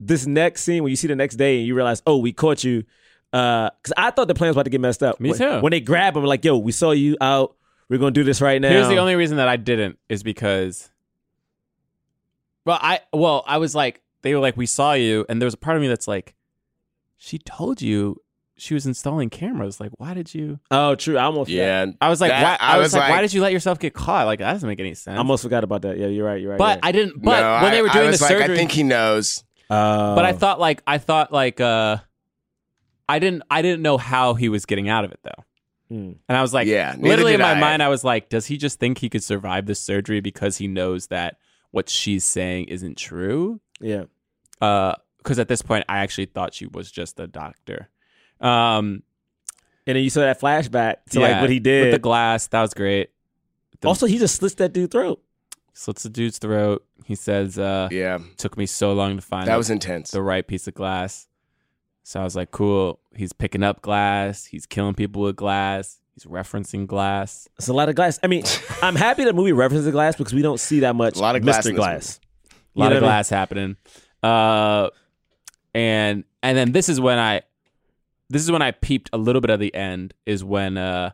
S3: this next scene when you see the next day and you realize, oh, we caught you. Because I thought the plan was about to get messed up.
S2: Me
S3: When-
S2: too.
S3: When they grab him, like, yo, we saw you out. We're gonna do this right now.
S2: Here's the only reason that I didn't is because Well, I well, I was like they were like, We saw you, and there was a part of me that's like, She told you she was installing cameras. Like, why did you
S3: Oh, true. I almost
S4: Yeah.
S2: I was like,
S4: That-
S2: why, I,
S4: I
S2: was,
S4: was
S2: like, why
S4: like-
S2: did you let yourself get caught? Like that doesn't make any sense.
S3: I almost forgot about that. Yeah, you're right. You're right.
S2: But
S3: you're right.
S2: I didn't. But
S4: No,
S2: when they were
S4: I- I
S2: doing
S4: was
S2: the
S4: like, I
S2: surgery,
S4: think he knows.
S3: Oh.
S2: But I thought like I thought like uh, I didn't I didn't know how he was getting out of it though,
S3: Mm.
S2: and I was like,
S4: Hmm. Yeah, neither
S2: literally in
S4: did
S2: my
S4: I.
S2: mind, I was like, does he just think he could survive this surgery because he knows that what she's saying isn't true?
S3: Yeah.
S2: because at this point I actually thought she was just a doctor. Um,
S3: and then you saw that flashback to like what he did.
S2: with the glass. That was great. The-
S3: also, he just slits that dude throat.
S2: slits the dude's throat. He says, uh,
S4: "Yeah,
S2: took me so long to find
S4: That
S2: the-
S4: was intense.
S2: The right piece of glass." So I was like, "Cool." He's picking up glass. He's killing people with glass. He's referencing glass.
S3: It's a lot of glass. I mean, I'm happy the movie references glass because we don't see that much.
S4: A lot of glass in
S3: Mr.
S4: this
S3: Glass.
S2: A lot
S3: You know
S2: of
S3: what I mean?
S2: glass happening. Uh, and and then this is when I, this is when I peeped a little bit at the end. Is when uh,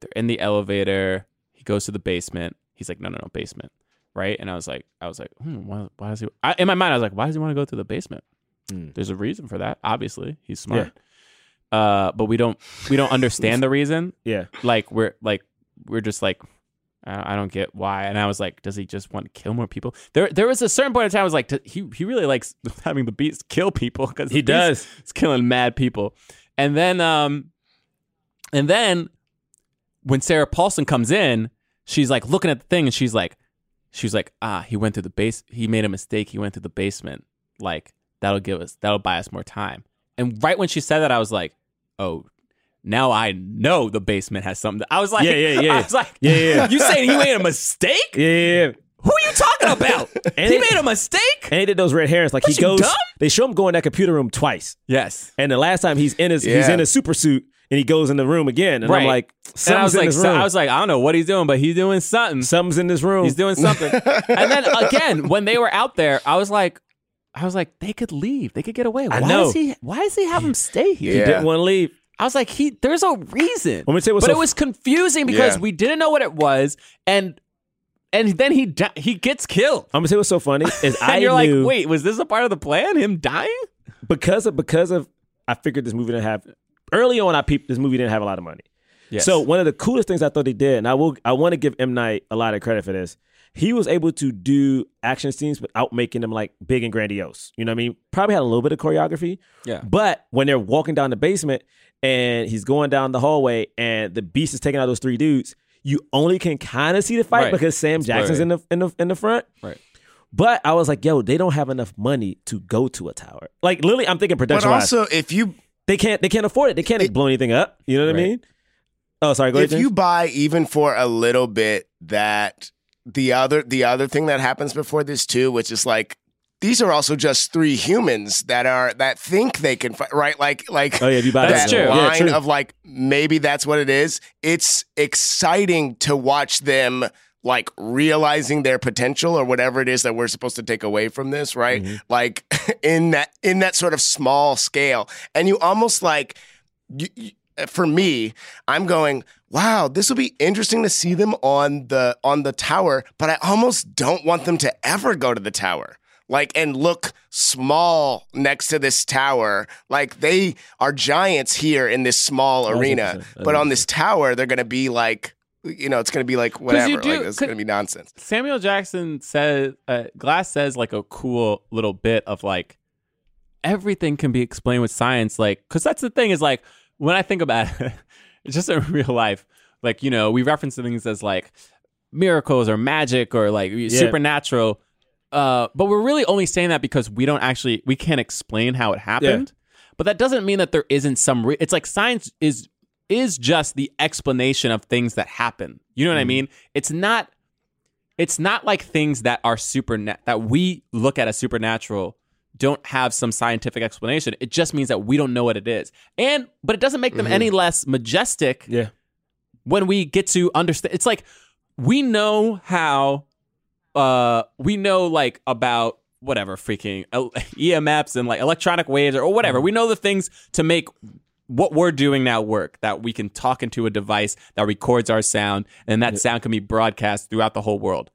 S2: they're in the elevator. He goes to the basement. He's like, no, no, no, basement, right? And I was like, I was like, hmm, why, why does he? I, in my mind, I was like, why does he want to go to the basement?
S3: Mm.
S2: There's a reason for that. Obviously, he's smart. Uh, but we don't we don't understand the reason.
S3: Yeah.
S2: Like we're like we're just like "Uh, I I don't get why. And I was like, does he just want to kill more people? There, there was a certain point in time I was like, "D- he he really likes having the beast kill people because
S3: He does.
S2: It's killing mad people. And then, um, and then when Sarah Paulson comes in, she's like looking at the thing and she's like, she's like, ah, he went through the base. He made a mistake. He went through the basement. Like that'll give us, that'll buy us more time. And right when she said that, I was like, oh. Now I know the basement has something. I was like,
S3: Yeah, yeah, yeah.
S2: I was like,
S3: Yeah, yeah, yeah.
S2: you saying he made a mistake?
S3: Yeah, yeah, yeah.
S2: Who are you talking about?
S3: And
S2: he
S3: it-
S2: made a mistake?
S3: And they did those red herrings. Like
S2: Was
S3: he
S2: you
S3: goes.
S2: dumb?
S3: They show him go in that computer room twice,
S2: Yes.
S3: and the last time he's in his he's
S4: Yeah.
S3: in his super suit, and he goes in the room again, and I'm
S2: Right.
S3: like,
S2: And I was
S3: something's in
S2: like,
S3: this
S2: so,
S3: room.
S2: I was like, I don't know what he's doing, but he's doing something.
S3: something's in this room.
S2: He's doing something. and then again, when they were out there, I was like, I was like, they could leave. They could get away. Why
S3: I know.
S2: does he? Why does he have him stay here?
S3: he
S4: Yeah.
S3: didn't want to leave.
S2: I was like, he. There's a reason.
S3: Let me tell you what's
S2: but
S3: so-
S2: it was confusing because
S4: Yeah.
S2: we didn't know what it was, and and then he di- he gets killed,
S3: I'm gonna say what's so funny
S2: and
S3: is I
S2: you're
S3: knew
S2: like, wait, was this a part of the plan? Him dying?
S3: because of because of I figured this movie didn't have early on. I peeped this movie didn't have a lot of money.
S2: Yes.
S3: So one of the coolest things I thought he did, and I will I want to give M Night a lot of credit for this. He was able to do action scenes without making them like big and grandiose. You know what I mean? Probably had a little bit of choreography.
S2: Yeah.
S3: But when they're walking down the basement and he's going down the hallway and the beast is taking out those three dudes, you only can kind of see the fight
S2: Right.
S3: because Sam
S2: It's
S3: Jackson's
S2: blurry.
S3: in the in the in the front.
S2: Right.
S3: But I was like, yo, they don't have enough money to go to a tower. Like literally, I'm thinking
S4: But
S3: production wise,
S4: also, if you
S3: they can't they can't afford it. They can't
S4: It-
S3: blow anything up. You know what I
S2: Right.
S3: mean? Oh, sorry. Go ahead,
S4: if
S3: James.
S4: you buy even for a little bit that the other the other thing that happens before this too which is like these are also just three humans that are that think they can fight right like like
S3: Oh yeah, if you buy
S4: that
S2: That's
S3: that
S2: true.
S3: Yeah,
S4: line
S3: true.
S4: of like maybe that's what it is it's exciting to watch them like realizing their potential or whatever it is that we're supposed to take away from this right
S3: Mm-hmm.
S4: like in that in that sort of small scale and you almost like you, you, uh, for me i'm going wow this will be interesting to see them on the on the tower but i almost don't want them to ever go to the tower like and look small next to this tower like they are giants here in this small
S3: That's
S4: arena
S3: interesting. That's
S4: but on this tower they're going to be like you know it's going to be like
S2: you
S4: whatever
S2: do-
S4: like it's
S2: 'cause-
S4: going to be nonsense
S2: Samuel Jackson says, uh, Glass says like a cool little bit of like everything can be explained with science. Like, because that's the thing is like when I think about it, it's just in real life, like, you know, we reference things as like miracles or magic or like supernatural. Uh, but we're really only saying that because we don't actually, we can't explain how it happened. But that doesn't mean that there isn't some, re- it's like science is is just the explanation of things that happen. You know what I mean? It's not it's not like things that are super that we look at as supernatural don't have some scientific explanation. It just means that we don't know what it is. And but it doesn't make them any less majestic
S3: Yeah.
S2: when we get to understand it's like we know how uh we know like about whatever freaking el- EMFs and like electronic waves or whatever. We know the things to make what we're doing now work that we can talk into a device that records our sound and that sound can be broadcast throughout the whole world.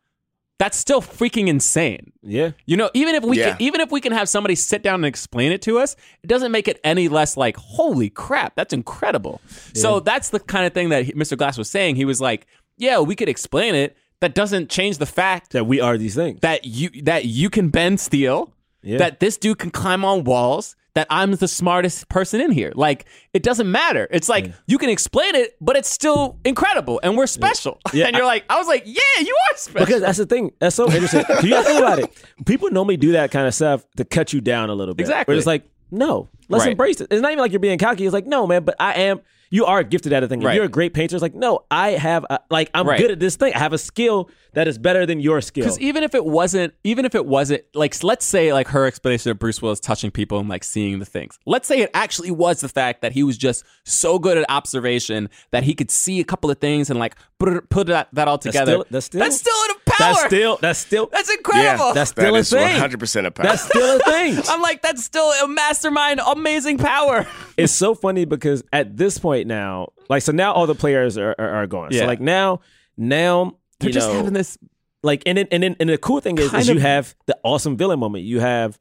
S2: That's still freaking insane.
S3: Yeah.
S2: You know, even if we
S4: Yeah.
S2: can, even if we can have somebody sit down and explain it to us, it doesn't make it any less like, holy crap, that's incredible. So that's the kind of thing that he- Mr. Glass was saying. He was like, yeah, we could explain it. That doesn't change the fact
S3: That we are these things.
S2: that you that you can bend steel,
S3: Yeah.
S2: that this dude can climb on walls, that I'm the smartest person in here. Like it doesn't matter. It's like you can explain it, but it's still incredible, and we're special.
S3: Yeah.
S2: and you're like, I was like, yeah, you are special.
S3: Because that's the thing. That's so interesting. Do you gotta think about it? People normally do that kind of stuff to cut you down a little bit.
S2: Exactly.
S3: But it's like, no, let's
S2: Right.
S3: embrace it. It's not even like you're being cocky. It's like, no, man, but I am. You are gifted at a thing. If
S2: Right.
S3: you're a great painter, it's like, no, I have. A, like I'm
S2: Right. e-
S3: good at this thing. I have a skill that is better than your skill.
S2: Because even if it wasn't, even if it wasn't, like let's say like her explanation of Bruce Willis touching people and like seeing the things. Let's say it actually was the fact that he was just so good at observation that he could see a couple of things and like put put that, that all
S3: That's
S2: together.
S3: still- that's still-
S2: that's still an power.
S3: That's still. That's still.
S2: That's incredible.
S3: that's still a
S4: One
S3: thing.
S4: hundred percent a power.
S3: That's still a thing.
S2: I'm like that's still a mastermind, amazing power.
S3: it's so funny because at this point now, like, so now all the players are are, are gone.
S2: Yeah.
S3: So like now, now
S2: They're
S3: you
S2: just
S3: know,
S2: having this
S3: like and then and then and the cool thing is,
S2: Kind
S3: is
S2: of-
S3: you have the awesome villain moment. You have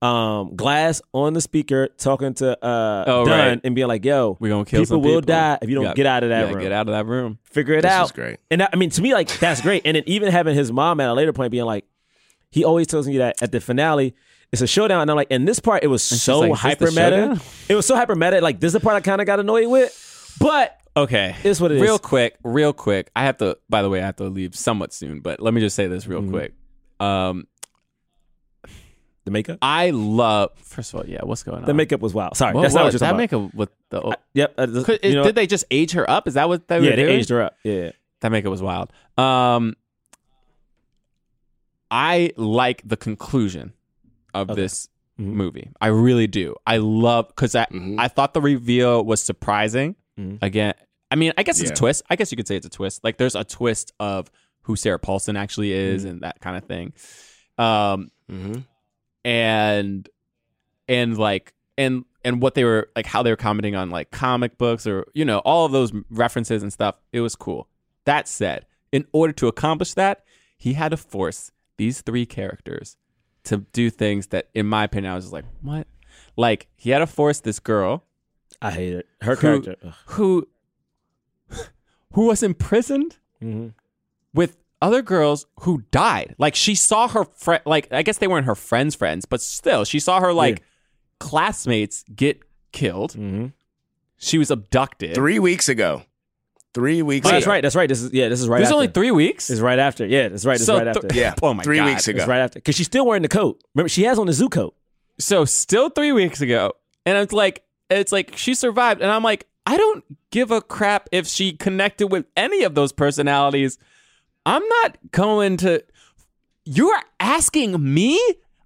S3: um glass on the speaker talking to uh
S2: Oh,
S3: Dunn
S2: right.
S3: and being like, yo,
S2: we're gonna kill
S3: people
S2: some people.
S3: will die if you don't
S2: gotta-
S3: get out of
S2: you
S3: that
S2: gotta
S3: room.
S2: Get out of that room.
S3: Figure it
S4: This
S3: out.
S4: is great.
S3: And that, I mean to me, like that's great. And then even having his mom at a later point being like, he always tells me that at the finale, it's a showdown. And I'm like, and this part, it was
S2: she's
S3: so
S2: like, "Is this the
S3: hyper meta.
S2: showdown?"
S3: It was so hyper meta. Like this is the part I kind of got annoyed with. But
S2: Okay.
S3: It's what
S2: it
S3: it is.
S2: is. real quick, real quick. I have to by the way, I have to leave somewhat soon, but let me just say this real quick. Um
S3: the makeup,
S2: I love first of all, yeah, what's going on?
S3: the makeup was wild. Sorry,
S2: What-
S3: that's
S2: what-
S3: not what you're
S2: that
S3: talking about.
S2: makeup with the oh,
S3: Yep. uh, th-
S2: could-
S3: you know
S2: did
S3: what?
S2: they just age her up? Is that what they
S3: yeah,
S2: were
S3: they
S2: doing?
S3: aged her up. Yeah.
S2: That makeup was wild. Um I like the conclusion of
S3: Okay.
S2: this
S3: Mhm.
S2: movie. I really do. I love because I
S4: Mhm.
S2: I thought the reveal was surprising.
S3: Mhm.
S2: Again, I mean, I guess it's
S4: Yeah.
S2: a twist. I guess you could say it's a twist. Like there's a twist of who Sarah Paulson actually is
S3: Mm-hmm.
S2: and that kind of thing. Um
S4: Mhm.
S2: and and like and and what they were like how they were commenting on like comic books or you know all of those references and stuff. It was cool. That said, in order to accomplish that, he had to force these three characters to do things that, in my opinion, I was just like, what? Like he had to force this girl
S3: I hate it. Her
S2: Who-
S3: character. ugh.
S2: who who was imprisoned
S3: Mm-hmm.
S2: with other girls who died. Like she saw her friend. Like I guess they weren't her friends' friends, but still, she saw her like classmates get killed.
S4: Mm-hmm.
S2: She was abducted.
S4: Three weeks ago. Three weeks.
S3: Oh,
S4: ago.
S3: that's right. That's right. This is yeah. This is right.
S2: There's
S3: after.
S2: only three weeks.
S3: It's right after. Yeah. It's right. It's
S2: So
S3: right
S2: th-
S3: after.
S4: Yeah.
S2: Oh my
S4: Three
S2: God.
S4: weeks ago.
S3: It's right after because she's still wearing the coat. Remember, she has on the zoo coat.
S2: So still three weeks ago, and it's like it's like she survived, and I'm like, I don't give a crap if she connected with any of those personalities. I'm not going to. You are asking me,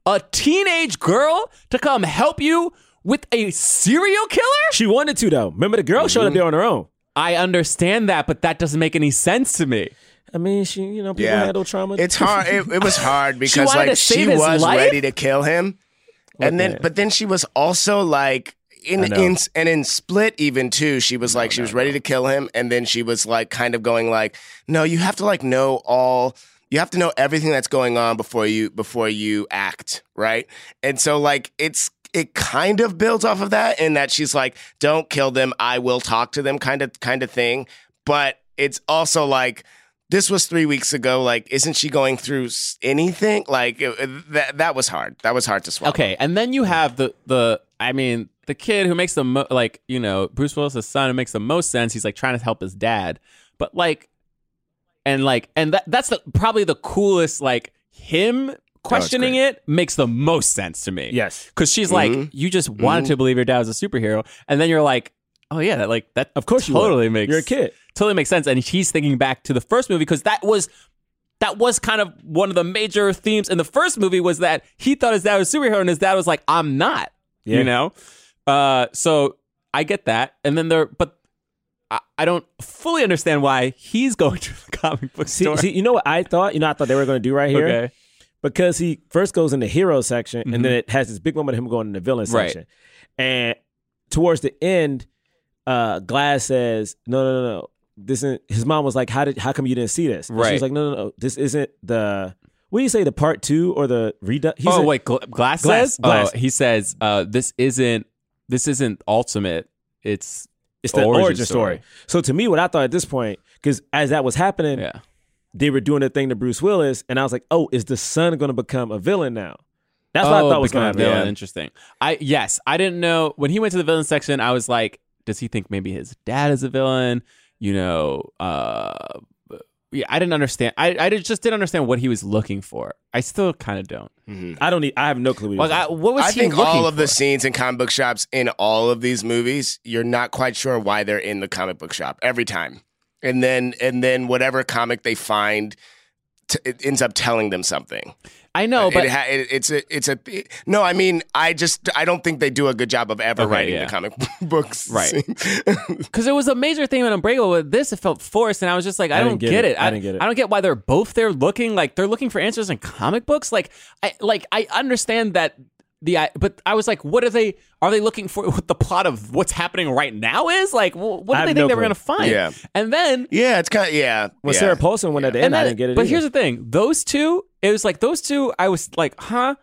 S2: a teenage girl, to come help you with a serial killer?
S3: She wanted to though. Remember, the girl showed up there on her own.
S2: I understand that, but that doesn't make any sense to me.
S3: I mean, she you know people
S4: Yeah.
S3: handle trauma.
S4: It's hard. It, it was hard because
S2: wanted to
S4: like she
S2: save his
S4: was
S2: life?
S4: ready to kill him, and then
S3: man.
S4: but then she was also like in
S3: I know.
S4: in and in split even too. She was like she was ready to kill him, and then she was like kind of going like, no, you have to like know all. You have to know everything that's going on before you before you act, right? And so like it's it kind of builds off of that in that she's like, don't kill them, I will talk to them kind of kind of thing. But it's also like this was three weeks ago. Like, isn't she going through s- anything? Like, it- it- that that was hard. That was hard to swallow.
S2: Okay, and then you have the the I mean the kid who makes the mo- like you know Bruce Willis' son who makes the most sense. He's like trying to help his dad, but like, and like and that that's the probably the coolest like him questioning
S3: Oh,
S2: it makes the most sense to me.
S3: yes.
S2: because she's like
S4: Mhm.
S2: you just wanted to believe your dad was a superhero, and then you're like, oh yeah, that like that
S3: Of course you would.
S2: totally makes
S3: You're a kid.
S2: totally makes sense. And he's thinking back to the first movie because that was that was kind of one of the major themes in the first movie was that he thought his dad was a superhero and his dad was like, I'm not.
S3: Yeah.
S2: You know? Uh so I get that. And then there but I, I don't fully understand why he's going to the comic book
S3: See,
S2: store.
S3: see, you know what I thought? You know, what I thought they were going to do right here
S2: okay.
S3: because he first goes in the hero section,
S2: Mhm.
S3: and then it has this big moment of him going in the villain
S2: Right.
S3: section, and towards the end, uh, Glass says, "No, no, no, no. This isn't." His mom was like, "How did? How come you didn't see this?" And She
S2: Right.
S3: was like, "No, no, no. This isn't the. What do you say? The part two or the redu- he
S2: oh
S3: said-
S2: wait, Gl- glass,
S3: Glass-
S2: says-
S3: Glass.
S2: Oh, he says, uh, this isn't this isn't ultimate. It's
S3: It's the origin, story. So to me, what I thought at this point, because as that was happening,
S2: Yeah.
S3: they were doing a thing to Bruce Willis, and I was like, "Oh, is the son going to become a villain now?" That's what I
S13: Oh,
S3: thought was
S13: become a
S3: gonna happen.
S13: villain.
S3: Yeah.
S13: Interesting. I yes, I didn't know when he went to the villain section. I was like, does he think maybe his dad is a villain? You know, uh, yeah. I didn't understand. I I did- just didn't understand what he was looking for. I still kind of don't.
S3: I don't. Need, I have no clue. What he was
S13: Like, I, what was
S4: I
S13: he
S4: think
S13: looking
S4: all of
S13: for?
S4: the scenes in comic book shops in all of these movies, you're not quite sure why they're in the comic book shop every time, and then and then whatever comic they find, t- it ends up telling them something.
S13: I
S4: It
S13: know, Oh, but
S4: ha- it- it's a it's a no. I mean, I just I don't think they do a good job of ever
S13: Okay,
S4: writing
S13: yeah.
S4: the comic books.
S13: Right.
S4: scene.
S13: because it was a major thing in Unbreakable. With this, it felt forced, and I was just like, I,
S3: I
S13: don't
S3: didn't
S13: get, it.
S3: I didn't get it.
S13: I don't get why they're both there looking like they're looking for answers in comic books. Like, I like I understand that the I, but I was like, what are they? Are they looking for what the plot of what's happening right now is? Like, wh- what
S3: I have
S13: did they
S3: no
S13: think they were
S3: clue.
S13: gonna find?
S4: Yeah.
S13: and then
S4: yeah, it's kind of yeah.
S3: when
S4: yeah.
S3: Sarah Paulson went at the end,
S13: and
S3: I
S13: then-
S3: didn't get it.
S13: But
S3: either.
S13: here's the thing: those two, it was like those two. I was like, huh,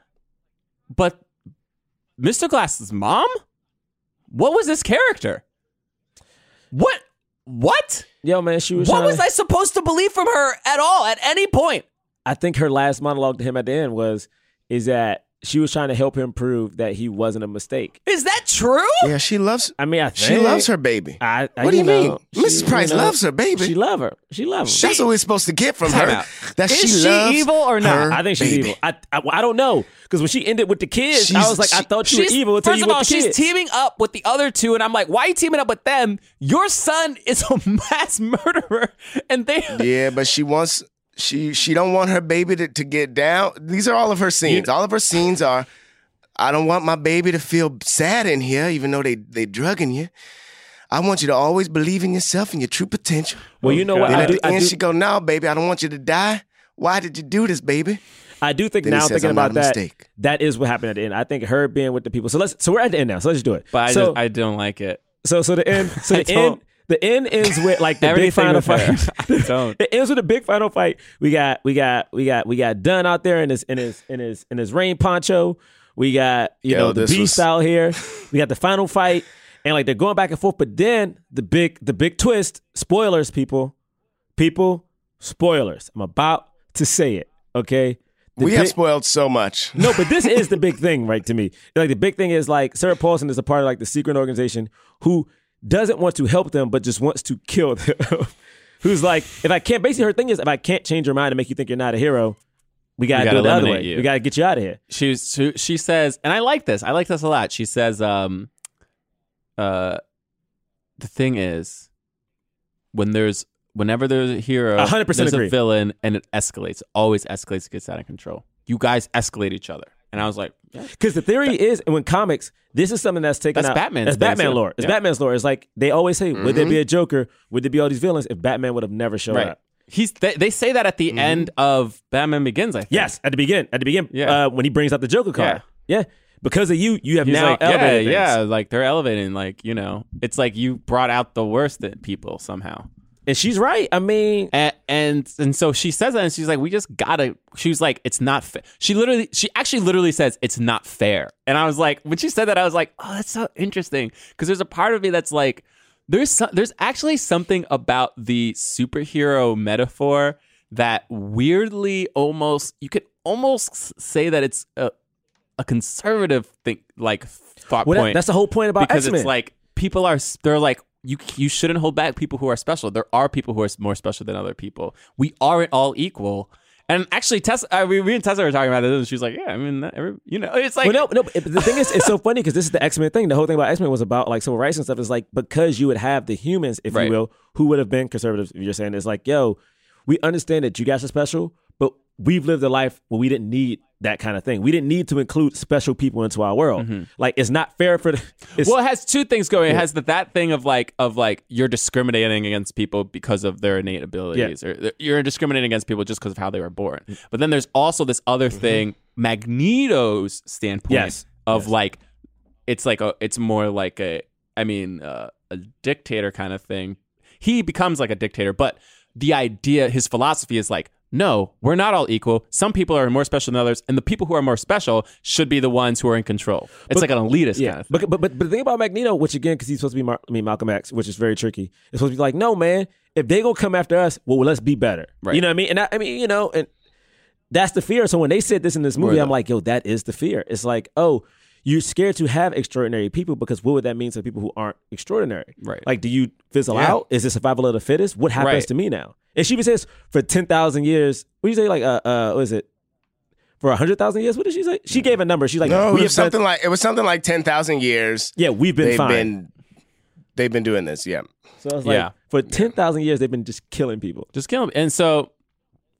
S13: but Mr. Glass's mom. What was this character? What? What?
S3: yo man, she was.
S13: What
S3: trying
S13: was
S3: to-
S13: I supposed to believe from her at all, at any point?
S3: I think her last monologue to him at the end was, is that she was trying to help him prove that he wasn't a mistake.
S13: Is that true?
S4: Yeah, she loves
S3: I mean, I
S4: she
S3: think-
S4: loves her baby.
S3: I, I,
S4: What do you
S3: know,
S4: mean?
S3: she-
S4: Mrs. Price
S3: you know,
S4: loves her baby.
S3: She love her. She love her.
S4: That's what we're supposed to get from
S13: Time
S4: her.
S13: out.
S4: That
S13: Is
S4: she,
S13: she
S4: loves
S13: evil or not?
S4: her
S3: I think she's
S4: baby.
S3: evil. I, I, well, I don't know because when she ended with the kids, I
S4: She's-
S3: was like, I
S4: she-
S3: thought you were evil until
S13: first
S3: you
S13: of
S3: were
S13: all,
S3: the kids.
S13: she's teaming up with the other two, and I'm like, why are you teaming up with them? Your son is a mass murderer, and they.
S4: Yeah, but she wants she she don't want her baby to, to get down. These are all of her scenes. all of her scenes are I don't want my baby to feel sad in here, even though they they drugging you. I want you to always believe in yourself and your true potential.
S3: well, you know what?
S4: then
S3: I
S4: at
S3: do,
S4: the
S3: I,
S4: end
S3: do,
S4: she go, No, baby, I don't want you to die. Why did you do this, baby?
S3: I do think
S4: Then he
S3: now
S4: says,
S3: thinking
S4: "I'm not
S3: about
S4: a
S3: that,
S4: mistake."
S3: that is what happened at the end. I think her being with the people. So let's. So we're at the end now. So let's just do it. so,
S13: don't like it.
S3: so so the end. So the
S13: don't-
S3: end. The end ends with like the big final
S13: Everything with her.
S3: fight.
S13: I don't.
S3: It ends with a big final fight. We got we got we got we got Dunn out there in his in his in his in his rain poncho. We got you
S4: Yo,
S3: know the
S4: this
S3: beast
S4: was-
S3: out here. We got the final fight, and like they're going back and forth. But then the big the big twist. Spoilers, people, people, spoilers. I'm about to say it. Okay, The
S4: we
S3: big-
S4: have spoiled so much.
S3: no, but this is the big thing, right? To me, like the big thing is like Sarah Paulson is a part of like the secret organization who doesn't want to help them, but just wants to kill them. Who's like, if I can't, basically her thing is, if I can't change your mind and make you think you're not a hero, we gotta,
S13: gotta
S3: do it the other way.
S13: eliminate you.
S3: We gotta get you out of here.
S13: she was she, she says and i like this i like this a lot she says um uh the thing is when there's whenever there's a hero
S3: A hundred percent
S13: there's
S3: agree.
S13: a villain and it escalates always escalates it gets out of control you guys escalate each other and i was like yeah.
S3: Because the theory is, and when comics, this is something that's taken
S13: That's
S3: out.
S13: Batman's
S3: That's
S13: thing,
S3: Batman
S13: too.
S3: lore. It's
S13: Yeah. Mm-hmm.
S3: Batman's lore. It's like they always say, would there be a Joker? Would there be all these villains if Batman would have never showed
S13: right
S3: up?
S13: he's they, they say that at the
S3: Mm-hmm.
S13: end of batman begins i think
S3: Yes, at the begin, at the begin,
S13: Yeah.
S3: uh, when he brings out the Joker card. Yeah. Because of you, you have
S13: He's
S3: now
S13: like, yeah,
S3: elevated things.
S13: yeah, like they're elevating, like you know, it's like you brought out the worst in people somehow.
S3: And she's right. I mean,
S13: and and and so she says that and she's like we just gotta she was like it's not fair she literally she actually literally says it's not fair and i was like when she said that i was like oh that's so interesting because there's a part of me that's like there's so, there's actually something about the superhero metaphor that weirdly almost you could almost s- say that it's a, a conservative think like thought
S3: well, that-
S13: point
S3: that's the whole point about
S13: because
S3: X-Men.
S13: it's like people are they're like you you shouldn't hold back people who are special. There are people who are more special than other people. We aren't all equal. And actually, Tessa, I mean, me and Tessa were talking about this, and she's like, "Yeah, I mean, not every, you know, it's like,
S3: well, no, no. But the thing is, it's so funny because this is the X Men thing. The whole thing about X Men was about like civil rights and stuff. Is like because you would have the humans, if
S13: Right.
S3: you will, who would have been conservatives. If you're saying it's like, yo, we understand that you guys are special, but we've lived a life where we didn't need that kind of thing. We didn't need to include special people into our world.
S13: Mm-hmm.
S3: Like it's not fair for the. It's,
S13: well, it has two things going. It has the, that thing of like of like you're discriminating against people because of their innate abilities, or th- you're discriminating against people just because of how they were born.
S3: Mm-hmm.
S13: But then there's also this other thing, Magneto's standpoint
S3: Yes.
S13: of like it's like a it's more like a I mean uh, a dictator kind of thing. He becomes like a dictator, but the idea, his philosophy is like. No, we're not all equal. Some people are more special than others, and the people who are more special should be the ones who are in control. It's like an elitist kind of thing.
S3: But, but but but the thing about Magneto, which again, because he's supposed to be Mar- I mean Malcolm X, which is very tricky. It's supposed to be like, no man, if they gonna come after us, well, let's be better.
S13: Right.
S3: You know what I mean? And I, I mean, you know, and that's the fear. So when they said this in this movie,
S13: Right.
S3: I'm like, yo, that is the fear. It's like, oh, you're scared to have extraordinary people because what would that mean to people who aren't extraordinary?
S13: Right.
S3: Like, do you fizzle
S13: Yeah.
S3: out? Is it survival of the fittest? What happens
S13: Right.
S3: to me now? And she even says, for ten thousand years, what do you say? Like, uh, uh what is it? For hundred thousand years, what did she say? She gave a number. She's like,
S4: No, it
S3: we have
S4: was something
S3: something.
S4: like it was something like ten thousand years.
S3: Yeah, we've been
S4: they've
S3: fine.
S4: been they've been doing this. Yeah,
S3: so I was like,
S13: Yeah.
S3: for ten thousand years, they've been just killing people.
S13: Just kill him. And so,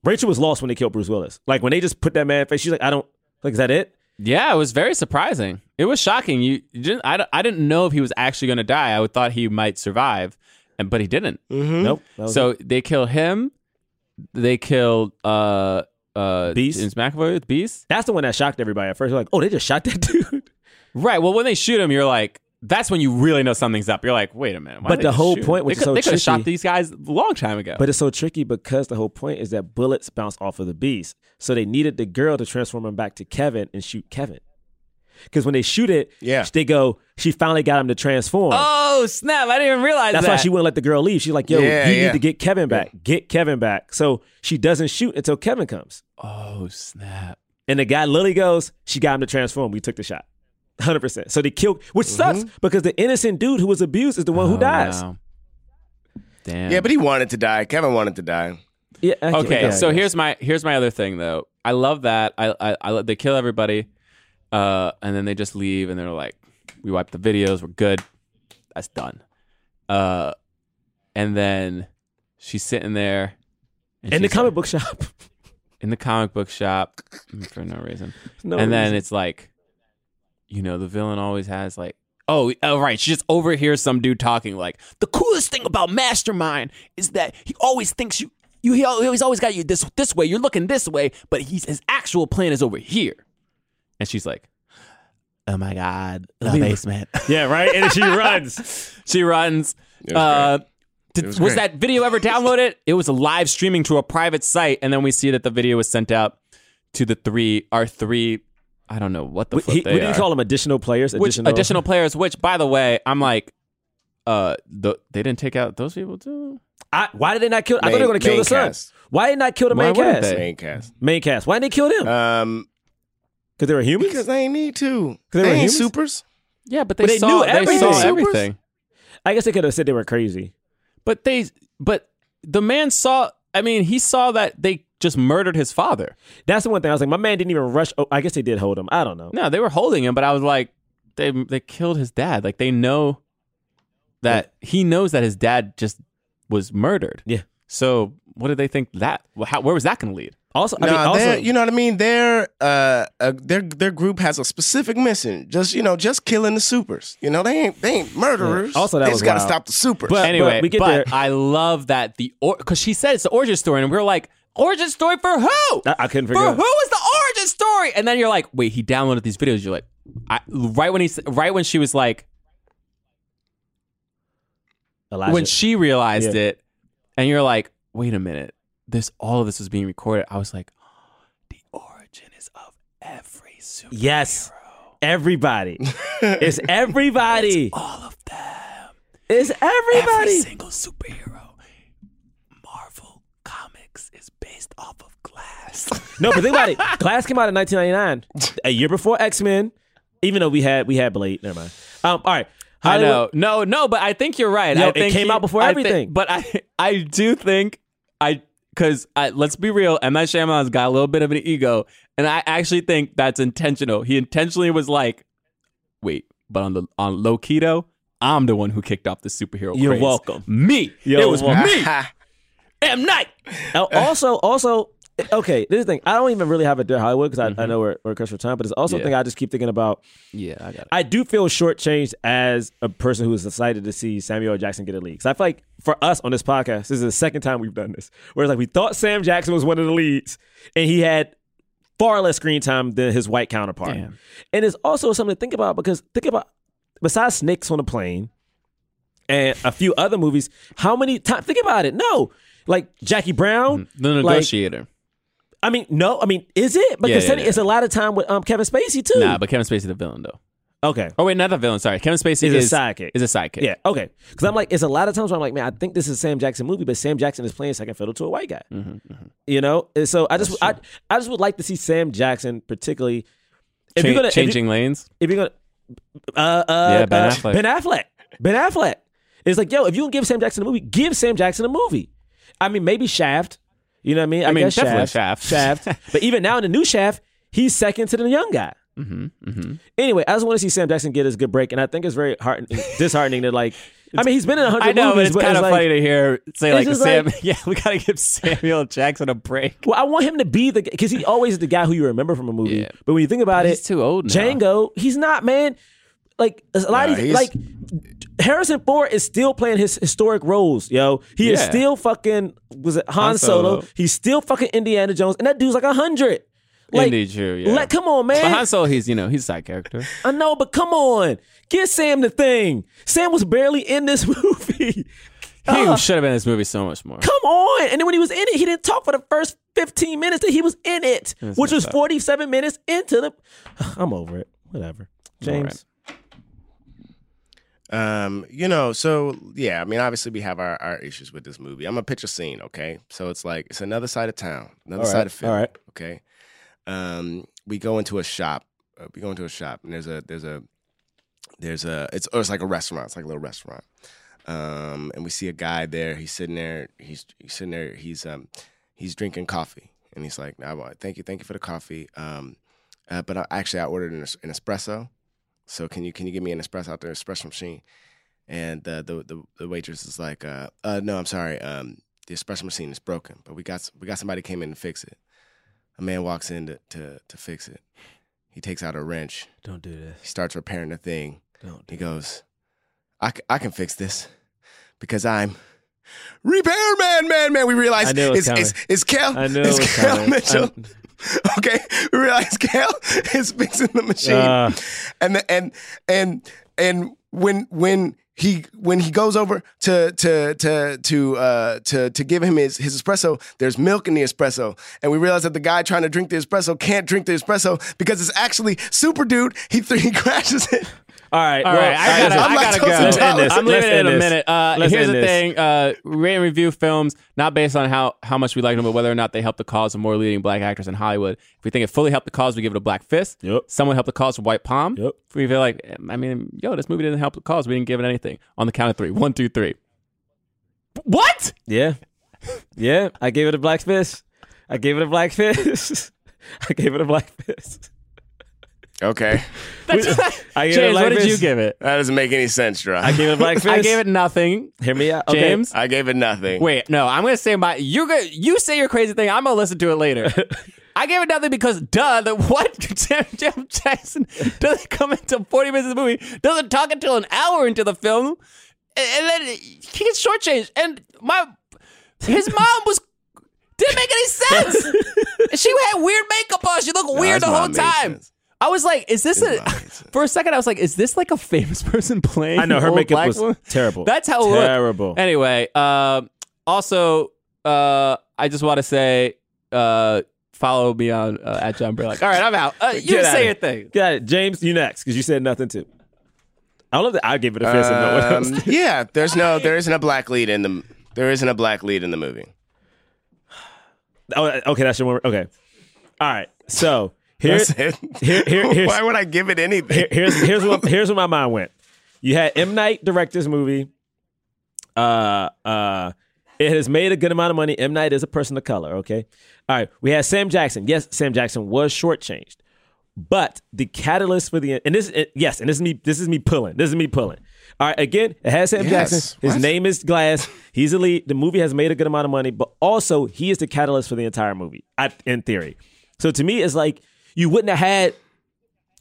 S3: Rachel was lost when they killed Bruce Willis. Like when they just put that man face, she's like, I don't. Like, is that it?
S13: yeah, it was very surprising. It was shocking. You, you didn't. I, don't- I didn't know if he was actually going to die. I would thought he might survive, and but he didn't.
S4: Mm-hmm.
S3: Nope. That was
S13: So they kill him. They kill uh uh
S3: Beast?
S13: James McAvoy, Beast.
S3: That's the one that shocked everybody at first. They're like, oh, they just shot that dude.
S13: Right. Well, when they shoot him, you're like, that's when you really know something's up. You're like, wait a minute. why
S3: But
S13: did
S3: the
S13: they
S3: whole
S13: shoot him?
S3: point, which
S13: they
S3: is so
S13: they could have shot
S3: tricky-
S13: these guys a long time ago.
S3: But it's so tricky because the whole point is that bullets bounce off of the beast. So they needed the girl to transform him back to Kevin and shoot Kevin. Because when they shoot it,
S4: Yeah.
S3: they go, she finally got him to transform.
S13: oh snap! I didn't even realize
S3: That's
S13: that.
S3: why she wouldn't let the girl leave. She's like, yo,
S4: Yeah,
S3: you
S4: yeah.
S3: need to get Kevin back. Get Kevin back. So she doesn't shoot until Kevin comes.
S13: Oh snap!
S3: And the guy Lily goes, she got him to transform. We took the shot. 100%. So they killed, which sucks because the innocent dude who was abused is the one who
S13: Mm-hmm. Oh,
S3: dies.
S13: no. Damn.
S4: yeah, but he wanted to die. Kevin wanted to die.
S3: Yeah, I get
S13: okay
S3: that, I
S13: so
S3: guess.
S13: here's my here's my other thing though i love that i i, I love- they kill everybody uh and then they just leave and they're like we wiped the videos we're good that's done uh and then she's sitting there and
S3: In the
S13: she's
S3: comic
S13: like-
S3: book shop.
S13: in the comic book shop for no reason
S3: No
S13: and then
S3: reason.
S13: it's like you know the villain always has like oh, oh right she just overhears some dude talking like the coolest thing about mastermind is that he always thinks you you he al- he's always got you this this way you're looking this way but he's his actual plan is over here and she's like oh my god the
S3: Leave.
S13: basement
S3: Yeah, right? And then she runs.
S13: she runs
S4: It was
S13: uh did, was,
S4: was great.
S13: that video ever downloaded? it was a live streaming to a private site, and then we see that the video was sent out to the three, our three, I don't know what the
S3: What,
S13: fuck
S3: he,
S13: they
S3: what do you
S13: are.
S3: call them? Additional players?
S13: which additional, players? Which, by the way, I'm like, uh, the, they didn't take out those people too.
S3: I, why did they not kill? I thought they
S4: Main-
S3: were going to kill
S4: main
S3: the son.
S4: cast.
S3: Why did they not kill the
S13: Why
S3: main
S13: wouldn't
S3: cast?
S13: they? Uh,
S4: Main cast.
S3: Main cast. Why didn't they kill them? Because
S4: Um,
S3: they were humans.
S4: because they need to. They,
S3: they were
S4: ain't
S3: humans?
S4: supers.
S13: Yeah, but they,
S3: But they
S13: saw
S3: knew
S13: they saw
S3: everything.
S13: everything.
S3: I guess they could have said they were crazy.
S13: But they, but the man saw. I mean, he saw that they just murdered his father.
S3: That's the one thing. I was like, my man didn't even rush. Oh, I guess they did hold him. I don't know.
S13: No, they were holding him, but I was like, they they killed his dad. Like they know that he knows that his dad just was murdered.
S3: Yeah.
S13: So what did they think that? well, How, where was that going to lead?
S3: Also, I
S4: No,
S3: mean, also,
S4: they're- you know what I mean. Their uh, uh, their their group has a specific mission. Just you know, just killing the supers. You know, they ain't they ain't murderers.
S3: Yeah. Also, that
S4: they
S3: was
S4: just gotta
S3: wild.
S4: stop the supers.
S3: But-
S13: anyway,
S3: we get there.
S13: I love that the or because she said it's the origin story, and we are like, origin story for who?
S3: I, I couldn't
S13: for
S3: figure
S13: who
S3: out.
S13: is the origin story? And then you're like, wait, he downloaded these videos. You're like, I, right when he s- right when she was like,
S3: Elijah.
S13: when she realized
S3: Yeah.
S13: it, and you're like, wait a minute, this all of this was being recorded. I was like, the origin is of every superhero.
S3: yes, everybody. it's everybody.
S13: all of them,
S3: it's everybody.
S13: every single superhero. Marvel Comics is based off of Glass.
S3: No, but think about it. Glass came out in 1999, a year before X Men. Even though we had we had Blade. Never mind. Um, all right.
S13: I
S3: Hollywood-
S13: know, no, no, but I think you're right.
S3: Yo,
S13: I
S3: it
S13: think
S3: came
S13: you-
S3: out before
S13: I thi-
S3: everything.
S13: but I, I do think I, because I, let's be real, M Night Shyamalan's got a little bit of an ego, and I actually think that's intentional. He intentionally was like, wait, but on the on low keto, I'm the one who kicked off the superhero.
S3: You're
S13: craze.
S3: welcome.
S13: Me,
S3: You're
S13: it was
S3: welcome.
S13: me, M Night.
S3: Al- Oh, also, also, okay. This is the thing. I don't even really have a Dear Hollywood because I, I know we're, we're crushed for time, but it's also a
S13: Mm-hmm. Yeah.
S3: thing I just keep thinking about.
S13: Yeah, I got it.
S3: I do feel shortchanged as a person who is excited to see Samuel L. Jackson get a lead. Because I feel like for us on this podcast, this is the second time we've done this. Whereas like we thought Sam Jackson was one of the leads, and he had far less screen time than his white counterpart.
S13: Damn.
S3: And it's also something to think about because think about besides Snakes on a Plane and a few other movies, how many times think about it? No. Like Jackie Brown,
S13: The
S3: like,
S13: negotiator.
S3: I mean, no. I mean, is it? Because
S13: yeah,
S3: Teddy-
S13: yeah.
S3: it's a lot of time with um Kevin Spacey too.
S13: nah, but Kevin Spacey the villain though.
S3: Okay.
S13: Oh wait, not the villain. Sorry, Kevin Spacey
S3: Is a
S13: is
S3: sidekick.
S13: Is a sidekick.
S3: Yeah. Okay. Because I'm like, it's a lot of times where I'm like, man, I think this is a Sam Jackson movie, but Sam Jackson is playing second fiddle to a white guy.
S13: Mm-hmm,
S3: You know. And so I just, I, I just would like to see Sam Jackson, particularly if
S13: Cha-
S3: you're gonna
S13: changing
S3: if you,
S13: lanes.
S3: If you're gonna, uh, uh,
S13: Yeah, Ben
S3: uh,
S13: Affleck.
S3: Ben Affleck. Ben Affleck. It's like, yo, if you can give Sam Jackson a movie, give Sam Jackson a movie. I mean, maybe Shaft. You know what I mean? I,
S13: mean,
S3: guess
S13: definitely Shaft.
S3: Shaft. Shaft. but even now in the new Shaft, he's second to the young guy.
S13: Mm-hmm. Mm-hmm.
S3: Anyway, I just want to see Sam Jackson get his good break, and I think it's very heart- disheartening to like. I mean, he's been in a
S13: I
S3: hundred
S13: know, but
S3: movies,
S13: it's kind of
S3: like,
S13: funny to hear say
S3: It's
S13: like
S3: just
S13: Sam.
S3: like-
S13: yeah, we gotta give Samuel Jackson a break.
S3: Well, I want him to be the because he always is the guy who you remember from a movie. But when you think about
S13: He's
S3: it,
S13: too old. Now.
S3: Django, he's not man. Like a lot
S4: Nah,
S3: of these,
S4: he's-
S3: like Harrison Ford is still playing his historic roles, yo. He is
S13: Yeah.
S3: still fucking was it Han,
S13: Han
S3: Solo.
S13: Solo.
S3: He's still fucking Indiana Jones, and that dude's like a hundred. Like,
S13: Indeed, true. Yeah.
S3: let- come on, man.
S13: but Han Solo, he's you know he's a side character.
S3: I know, but come on. Give Sam the thing. Sam was barely in this movie.
S13: He
S3: Uh,
S13: should have been in this movie so much more.
S3: come on. And then when he was in it, he didn't talk for the first 15 minutes that he was in it,
S13: That's
S3: which was
S13: messed up.
S3: 47 minutes into the. I'm over it. Whatever.
S13: All
S3: James.
S13: right.
S4: Um, you know, so yeah, I mean, obviously we have our, our issues with this movie. I'm gonna pitch a scene, okay? So it's like it's another side of town, another
S3: All right,
S4: side of Philly,
S3: all right.
S4: okay? Um, we go into a shop. Uh, we go into a shop, and there's a there's a there's a it's or it's like a restaurant. It's like a little restaurant. Um, and we see a guy there. He's sitting there. He's, he's sitting there. He's um he's drinking coffee, and he's like, "I want thank you, thank you for the coffee." Um, uh, but I, actually, I ordered an, es- an espresso. So can you can you give me an espresso out there, espresso machine? And uh, the, the the waitress is like, uh, uh, no, I'm sorry, um, the espresso machine is broken, but we got s- we got somebody came in to fix it. A man walks in to to, to fix it. He takes out a wrench.
S3: Don't do this.
S4: He starts repairing the thing.
S3: Don't
S4: He goes, I, c- I can fix this because I'm repair man, man, man. We realize
S3: I knew it was
S4: it's, it's,
S3: coming.
S4: it's Cal.
S3: I knew it
S4: it's
S3: was
S4: Cal
S3: coming.
S4: Mitchell. okay, we realize Cal is fixing the machine,
S3: Ah.
S4: and the, and and and when when. He when he goes over to to to to uh, to to give him his his espresso, there's milk in the espresso, and we realize that the guy trying to drink the espresso can't drink the espresso because it's actually super dude. He th- he crashes it.
S3: All right.
S13: All
S3: well,
S13: right, I gotta,
S4: I'm
S13: I
S4: like Tulsa
S13: gotta go.
S4: Let's end
S3: this.
S13: I'm
S3: Let's
S13: leaving it in
S3: end
S13: a
S3: this.
S13: minute. Uh,
S3: Let's
S13: here's the
S3: end this.
S13: thing: uh, rate and review films not based on how how much we like them, but whether or not they help the cause of more leading black actors in Hollywood. If we think it fully helped the cause, we give it a black fist.
S3: Yep.
S13: Someone helped the cause with white palm.
S3: Yep.
S13: If we feel like, I mean, yo, this movie didn't help the cause. We didn't give it anything. On the count of three: one, two, three. What?
S3: Yeah. Yeah. I gave it a black fist. I gave it a black fist. I gave it a black fist.
S4: Okay.
S13: That's
S3: I gave it
S13: James,
S3: like
S13: what did
S3: this.
S13: you give it?
S4: That doesn't make any sense, Dra.
S3: I gave it a black fist.
S13: I gave it nothing.
S3: Hear me out. Okay.
S13: James,
S4: I gave it nothing.
S13: Wait, no, I'm gonna say my you go, you say your crazy thing. I'm gonna listen to it later. I gave it nothing because duh, the what Sam, Sam Jackson doesn't come into 40 minutes of the movie, doesn't talk until an hour into the film, and, and then he gets shortchanged. And my his mom was didn't make any sense. she had weird makeup on. She looked weird
S4: his
S13: the whole
S4: mom made
S13: time.
S4: sense.
S13: I was like, is this
S4: His
S13: a?
S4: mom made sense.
S13: For a second, I was like, is this like a famous person playing?
S3: I know
S13: an
S3: her
S13: old
S3: makeup
S13: black
S3: was
S13: woman?
S3: terrible.
S13: That's how it looked.
S3: terrible.
S13: Anyway, uh, also, uh, I just want to say, uh, follow me on uh, at John Burlick. All right, I'm out. Uh, you
S3: Get outta
S13: say
S3: here.
S13: your thing.
S3: Got it. James, you next, because you said nothing too. I love that I gave it a fist and no one
S4: Um,
S3: else.
S4: yeah, there's no, there isn't a black lead in the, there isn't a black lead in the movie.
S3: Oh, okay, that's your one. Okay. All right. So here,
S4: That's it.
S3: here- here- here's-
S4: Why would I give it anything?
S3: here- here's here's what here's where my mind went. You had M Night direct this movie. Uh uh it has made a good amount of money. M Night is a person of color, okay? All right. We had Sam Jackson. Yes, Sam Jackson was shortchanged. But the catalyst for the and this it- yes, and this is me this is me pulling. This is me pulling. All right, again, it has Sam
S4: Yes.
S3: Jackson. His
S4: What?
S3: name is Glass. He's the lead. The movie has made a good amount of money, but also he is the catalyst for the entire movie, I, in theory. So to me, it's like you wouldn't have had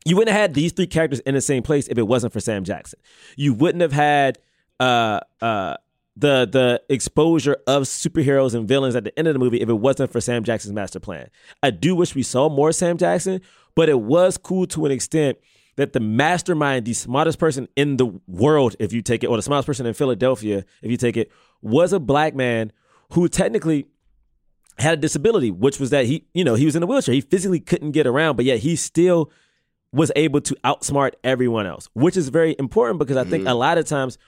S3: you wouldn't have had these three characters in the same place if it wasn't for Sam Jackson. You wouldn't have had uh uh the the exposure of superheroes and villains at the end of the movie if it wasn't for Sam Jackson's master plan. I do wish we saw more Sam Jackson, but it was cool to an extent that the mastermind, the smartest person in the world, if you take it, or the smartest person in Philadelphia, if you take it, was a black man who technically had a disability, which was that he, you know, he was in a wheelchair. He physically couldn't get around, but yet he still was able to outsmart everyone else, which is very important because I think a lot of times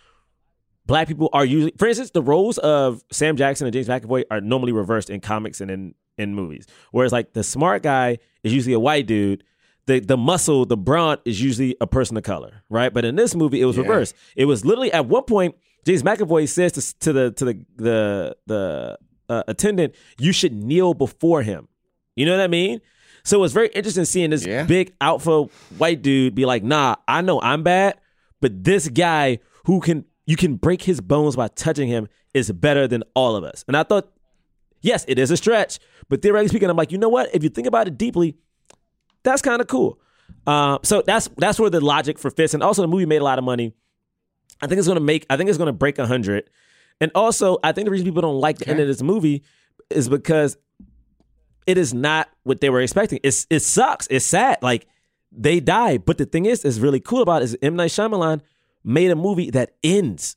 S3: black people are usually, for instance, the roles of Sam Jackson and James McAvoy are normally reversed in comics and in, in movies. Whereas like the smart guy is usually a white dude. The, the muscle, the brunt is usually a person of color, right? But in this movie, it was
S12: Yeah.
S3: reversed. It was literally at one point, James McAvoy says to, to the to the the the uh, attendant, "You should kneel before him." You know what I mean? So it's very interesting seeing this big alpha white dude be like, "Nah, I know I'm bad, but this guy who can you can break his bones by touching him is better than all of us." And I thought, yes, it is a stretch, but theoretically speaking, I'm like, you know what? If you think about it deeply, that's kind of cool. Uh, so that's that's where the logic for fits, and also the movie made a lot of money. I think it's gonna make. I think it's gonna break hundred, and also I think the reason people don't like the end of this movie is because it is not what they were expecting. It's it sucks. It's sad. Like they die. But the thing is, is really cool about it is M Night Shyamalan made a movie that ends.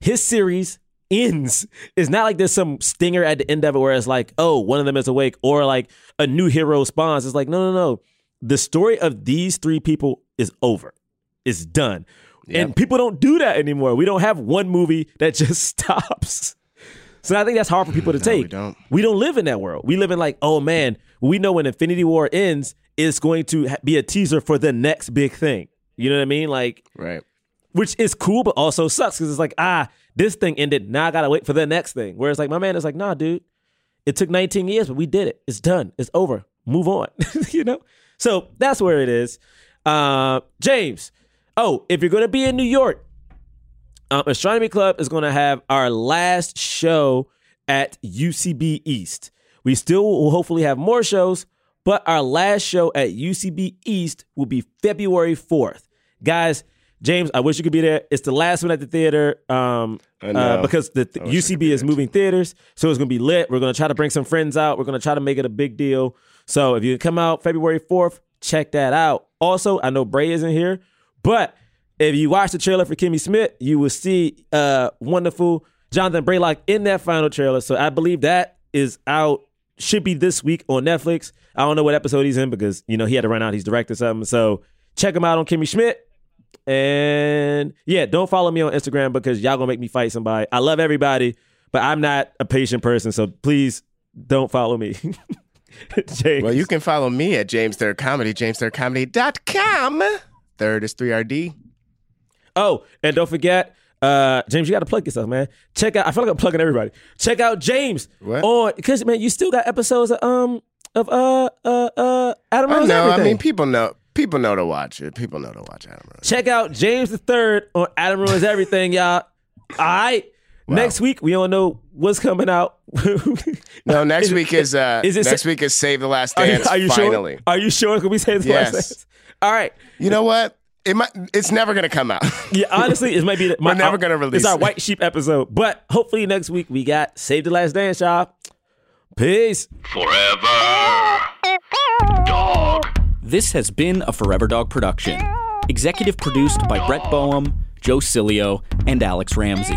S3: His series ends. It's not like there's some stinger at the end of it where it's like, oh, one of them is awake, or like a new hero spawns. It's like, no, no, no. The story of these three people is over. It's done. And people don't do that anymore. We don't have one movie that just stops. So I think that's hard for people to take. We don't. live in that world. We live in like, oh man, we know when Infinity War ends, it's going to ha- be a teaser for the next big thing. You know what I mean? Like,
S4: right.
S3: Which is cool, but also sucks because it's like, ah, this thing ended. Now I gotta wait for the next thing. Whereas like my man is like, nah, dude, it took 19 years, but we did it. It's done. It's over. Move on. you know. So that's where it is. Uh, James. Oh, if you're gonna be in New York, um, Astronomy Club is going to have our last show at UCB East. We still will hopefully have more shows, but our last show at UCB East will be February 4th. Guys, James, I wish you could be there. It's the last one at the theater um, uh,
S4: know.
S3: because the th- UCB is moving theaters, so it's going to be lit. We're going to try to bring some friends out. We're going to try to make it a big deal. So if you come out February 4th, check that out. Also, I know Bray isn't here, but if you watch the trailer for Kimmy Smith, you will see uh wonderful Jonathan Braylock in that final trailer. So I believe that is out, should be this week on Netflix. I don't know what episode he's in because you know he had to run out, he's directing something. So check him out on Kimmy Schmidt. And yeah, don't follow me on Instagram because y'all gonna make me fight somebody. I love everybody, but I'm not a patient person, so please don't follow me. James.
S4: Well, you can follow me at James Third Comedy, jamesthirdcomedy.com. Third is 3RD.
S3: Oh, and don't forget, uh, James, you got to plug yourself, man. Check out. I feel like I'm plugging everybody. Check out James on because man, you still got episodes of um of uh uh uh Adam
S4: I
S3: Rose.
S4: know. I
S3: Everything.
S4: mean, people know. People know to watch it. People know to watch Adam Rose.
S3: Check out James the Third on Adam Ruins Everything, y'all. All right. Next week we don't know what's coming out.
S4: No, next week is uh,
S3: is it
S4: next
S3: sa-
S4: week is Save the Last
S3: Are you-
S4: Dance.
S3: are you sure?
S4: finally.
S3: Are you sure it's gonna be Save the Last
S4: Yes.
S3: Dance? All right.
S4: You know what? It might. It's never gonna come out.
S3: Yeah, honestly, it might be. the-
S4: We're never gonna release
S3: It's our
S4: it.
S3: white sheep episode, but hopefully next week we got Save the Last Dance, y'all. Peace.
S1: Forever. Dog.
S13: This has been a Forever Dog production. Executive produced by Brett Boehm, Joe Cilio, and Alex Ramsey.